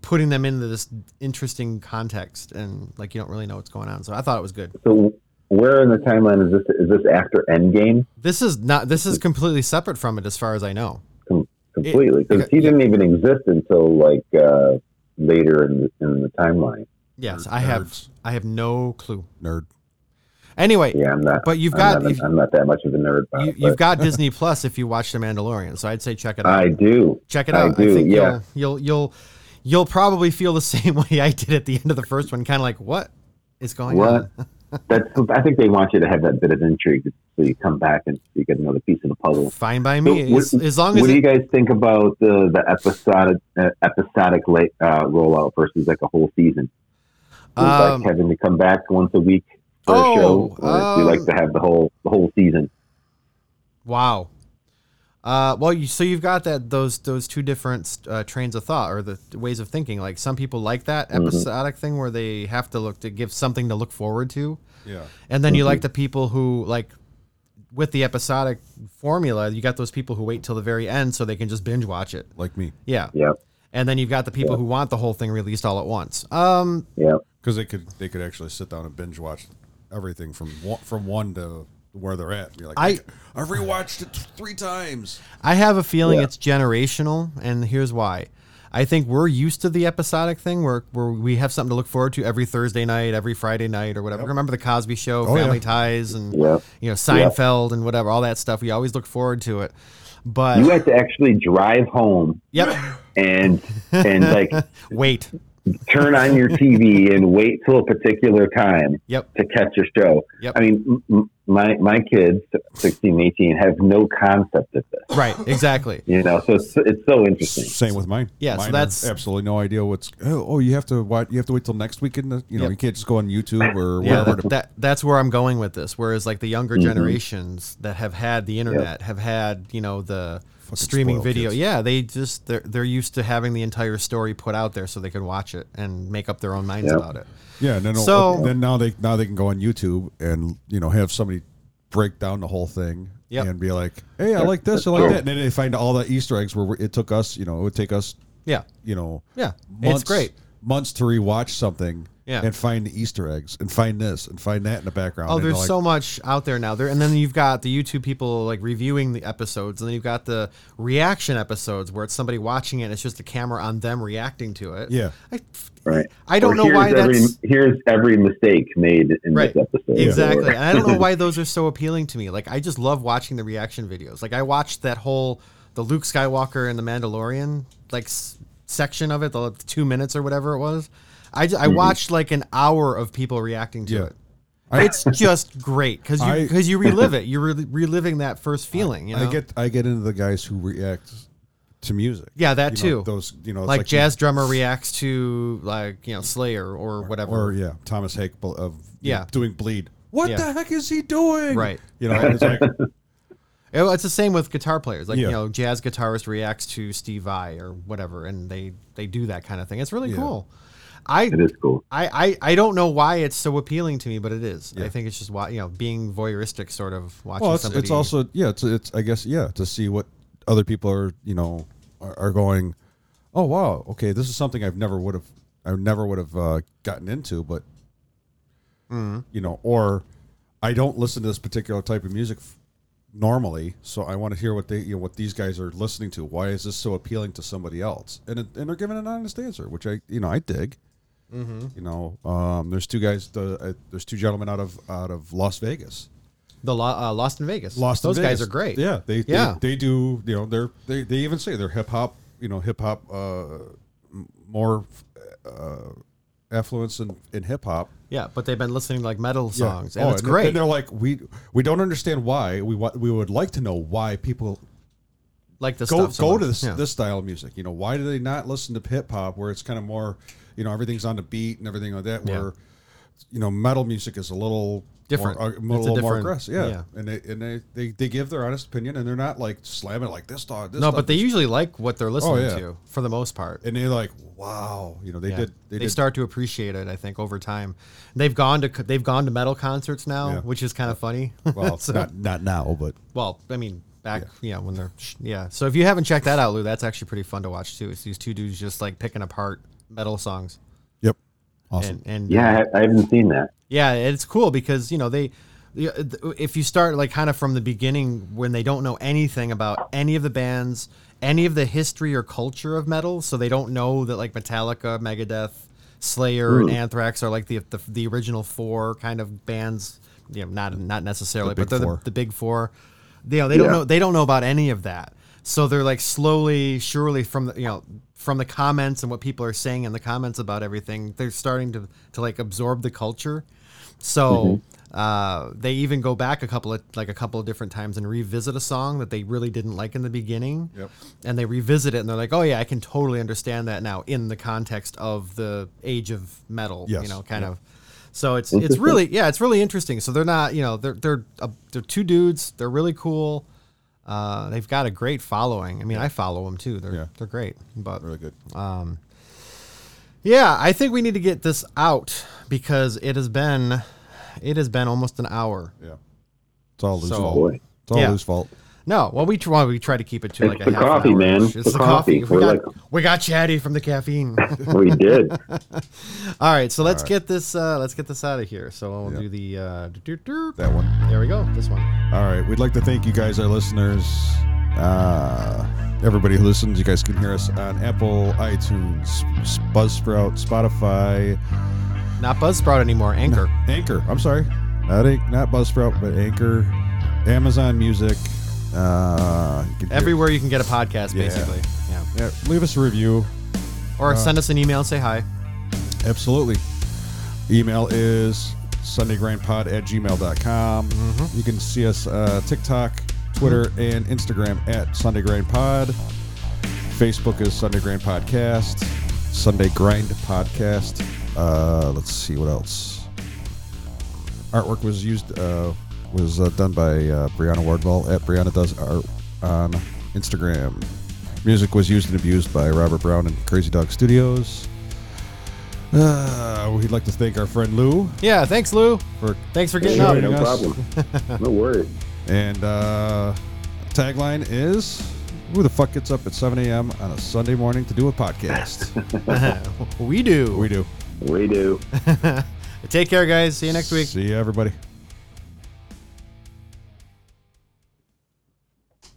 putting them into this interesting context and like you don't really know what's going on. So I thought it was good. so, where in the timeline is this? Is this after Endgame This is not this is completely separate from it as far as I know. Com- completely? Because okay, he yeah. didn't even exist until like uh, later in the, in the timeline. Yes, Nerd- I have. nerds. I have no clue. Nerd. Anyway, Yeah, I'm not. But you've I'm got- Not, if- I'm not that much of a nerd. About you, it, you've but got Disney Plus if you watch The Mandalorian, so I'd say check it out. I do. check it I out. I, do, think yeah. uh, you'll you'll you'll probably feel the [laughs] same way I did at the end of the first one, kind of like what is going What? on. That's. I think they want you to have that bit of intrigue, so you come back and you get another piece of the puzzle. Fine by So me, what- as, as long as what do it, you guys think about the the episodic uh, episodic la uh, rollout versus like a whole season? Do you Um, like having to come back once a week for Oh, a show, or do you like um, to have the whole the whole season? Wow. Uh, well, you, so you've got that those those two different uh, trains of thought or the ways of thinking. Like some people like that Mm-hmm. episodic thing where they have to look to give something to look forward to. Yeah. And then you like the people who like with the episodic formula, you got those people who wait till the very end so they can just binge watch it. Like me. Yeah. Yeah, And then you've got the people who want the whole thing released all at once. Um yeah. Because they could they could actually sit down and binge watch everything from one, from one to where they're at. You're like, I- I rewatched it th- three times. I have a feeling it's generational and here's why. I think we're used to the episodic thing where, where we have something to look forward to every Thursday night, every Friday night or whatever. Remember the Cosby show, yeah. Family Ties and Yep. you know, Seinfeld and whatever, all that stuff. We always look forward to it. But You had to actually drive home yep. and [laughs] and like Wait. turn on your TV and wait till a particular time Yep. to catch your show. Yep. I mean, m- m- my my kids, 16, 18, have no concept of this. Right, exactly. You know, so it's, it's so interesting. Same with mine. Yeah, so Mine are that's- absolutely no idea what's. Oh, oh, you have to watch. You have to wait till next weekend. To, you know, Yep. you can't just go on YouTube or yeah, whatever. that, that that's where I'm going with this. Whereas like the younger generations that have had the internet have had you know the streaming spoiled video. kids. Yeah, they just they're they're used to having the entire story put out there so they can watch it and make up their own minds Yeah. about it. to, yeah, no, no. So- then now they now they can go on YouTube and you know have somebody break down the whole thing. Yep. and be like, hey, I like this, I like that, and then they find all the Easter eggs where it took us. You know, it would take us. Yeah, You know, yeah, months, it's great. months to rewatch something Yeah. and find the Easter eggs and find this and find that in the background. Oh, and there's you're like, so much out there now. There and then you've got the YouTube people like reviewing the episodes, and then you've got the reaction episodes where it's somebody watching it. and It's just the camera on them reacting to it. Yeah. I, Right. I don't Or know why here's every, that's here's every mistake made in Right. this episode. Exactly. Or- And I don't know why those are so appealing to me. Like I just love watching the reaction videos. Like I watched that whole the Luke Skywalker and the Mandalorian like s- section of it, the 2 minutes or whatever it was. I ju- I watched like an hour of people reacting to Yeah. it. I- it's just great cuz you I- [laughs] cuz you relive it. You're re- reliving that first feeling, you know. I get I get into the guys who react to music. Yeah, that You know, too. Those you know, it's like, jazz drummer reacts to like, you know, Slayer or whatever. or yeah, Thomas Hake bl- of you Yeah. know, doing bleed. What Yeah. the heck is he doing? Right. You know, and it's like It- It's the same with guitar players. Like Yeah. you know, jazz guitarist reacts to Steve Vai or whatever, and they they do that kind of thing. It's really cool. I It is cool. I, I, I don't know why it's so appealing to me, but it is. Yeah. I think it's just why you know being voyeuristic, sort of watching Well, it's, somebody. it's also yeah. It's it's I guess yeah to see what other people are you know are, are going. Oh wow, okay, this is something I've never would have I never would have uh, gotten into, but Mm-hmm. you know, or I don't listen to this particular type of music f- normally, so I want to hear what they you know what these guys are listening to. Why is this so appealing to somebody else? And it, and they're giving an honest answer, which I you know I dig. Mm-hmm. You know, um, there's two guys. The, uh, there's two gentlemen out of out of Las Vegas. the Lo- uh, Lost in Vegas. Lost. in Those guys Vegas. are great. Yeah, they, they- Yeah. They, do. You know, they're they, they even say they're hip hop. You know, hip hop uh, m- more uh, affluence in, in hip hop yeah. But they've been listening to like metal Yeah. songs, and Oh, it's and they're- great. And they're like, we we don't understand why we wa- we would like to know why people like the go stuff. so go much. to this Yeah. this style of music. You know, why do they not listen to hip hop where it's kind of more, you know, everything's on the beat and everything like that? Yeah. Where you know, metal music is a little Different. more, uh, a, It's a little more different- aggressive. Yeah. yeah. and they and they, they they give their honest opinion and they're not like slamming like this dog. This No, dog, but they this- usually like what they're listening yeah. to for the most part. and they're like, wow, you know, they Yeah. did They, they, did start to appreciate it, I think, over time. They've gone to co- they've gone to metal concerts now, Yeah. which is kind of funny. [laughs] well, not not now, but well, I mean, back yeah. when they're yeah. So if you haven't checked that out, Lou, that's actually pretty fun to watch too. It's these two dudes just like picking apart metal songs, yep, awesome. and and Yeah, I, I haven't [laughs] seen that. yeah, it's cool because you know they. yeah, th- If you start like kind of from the beginning when they don't know anything about any of the bands, any of the history or culture of metal, so they don't know that like Metallica, Megadeth, Slayer, and Mm. Anthrax are like the, the the original four kind of bands. You know, not not necessarily, big but they're four. the, the big four. You know, they don't Yeah. know they don't know about any of that. So they're like slowly, surely from the you know from the comments and what people are saying in the comments about everything, they're starting to to like absorb the culture. So uh, they even go back a couple of like a couple of different times and revisit a song that they really didn't like in the beginning. Yep. And they revisit it and they're like, oh yeah, I can totally understand that now in the context of the age of metal. Yes. You know, kind of. So it's it's really yeah, it's really interesting. So they're not you know they're they're uh, they're two dudes. They're really cool. Uh, they've got a great following. I mean, I follow them too. They're Yeah. they're great. But Really good. yeah, I think we need to get this out because it has been it has been almost an hour. yeah, it's all Lou's So- fault. It's all Yeah. Lou's fault. No, well we try we try to keep it to It's like a the half an coffee, hour. man. It's the, The coffee. coffee. We We're got like- we got chatty from the [laughs] caffeine. We did. All right, so let's get this uh, let's get this out of here. So we'll Yeah. do the uh, doo-doo-doo. That one. There we go. This one. All right. We'd like to thank you guys, our listeners. Uh, everybody who listens, you guys can hear us on Apple, iTunes, S- Buzzsprout, Spotify, Not Buzzsprout anymore. Anchor. Anchor. I'm sorry, not Anch- not Buzzsprout, but Anchor, Amazon Music. Uh, you can hear- Everywhere you can get a podcast, Yeah. basically. Yeah. Yeah, leave us a review. Uh, Or send us an email and say hi. Absolutely. Email is sundaygrindpod at gmail.com. You can see us uh, TikTok, Twitter, and Instagram at Sunday Grind Pod. Facebook is Sunday Grind Podcast. Sunday Grind Podcast. Uh, let's see what else. Artwork was used uh, was uh, done by uh, Brianna Wardwell at Brianna Does Art on Instagram. Music was used and abused by Robert Brown and Crazy Dog Studios. Uh, we'd like to thank our friend Lou Yeah. Thanks, Lou. for Thanks for getting Sure, up. no us. problem. [laughs] No worries. and uh, tagline is who the fuck gets up at 7 a.m. on a Sunday morning to do a [laughs] podcast? we do. we do. We do. Take care, guys. See you next week. See you, everybody.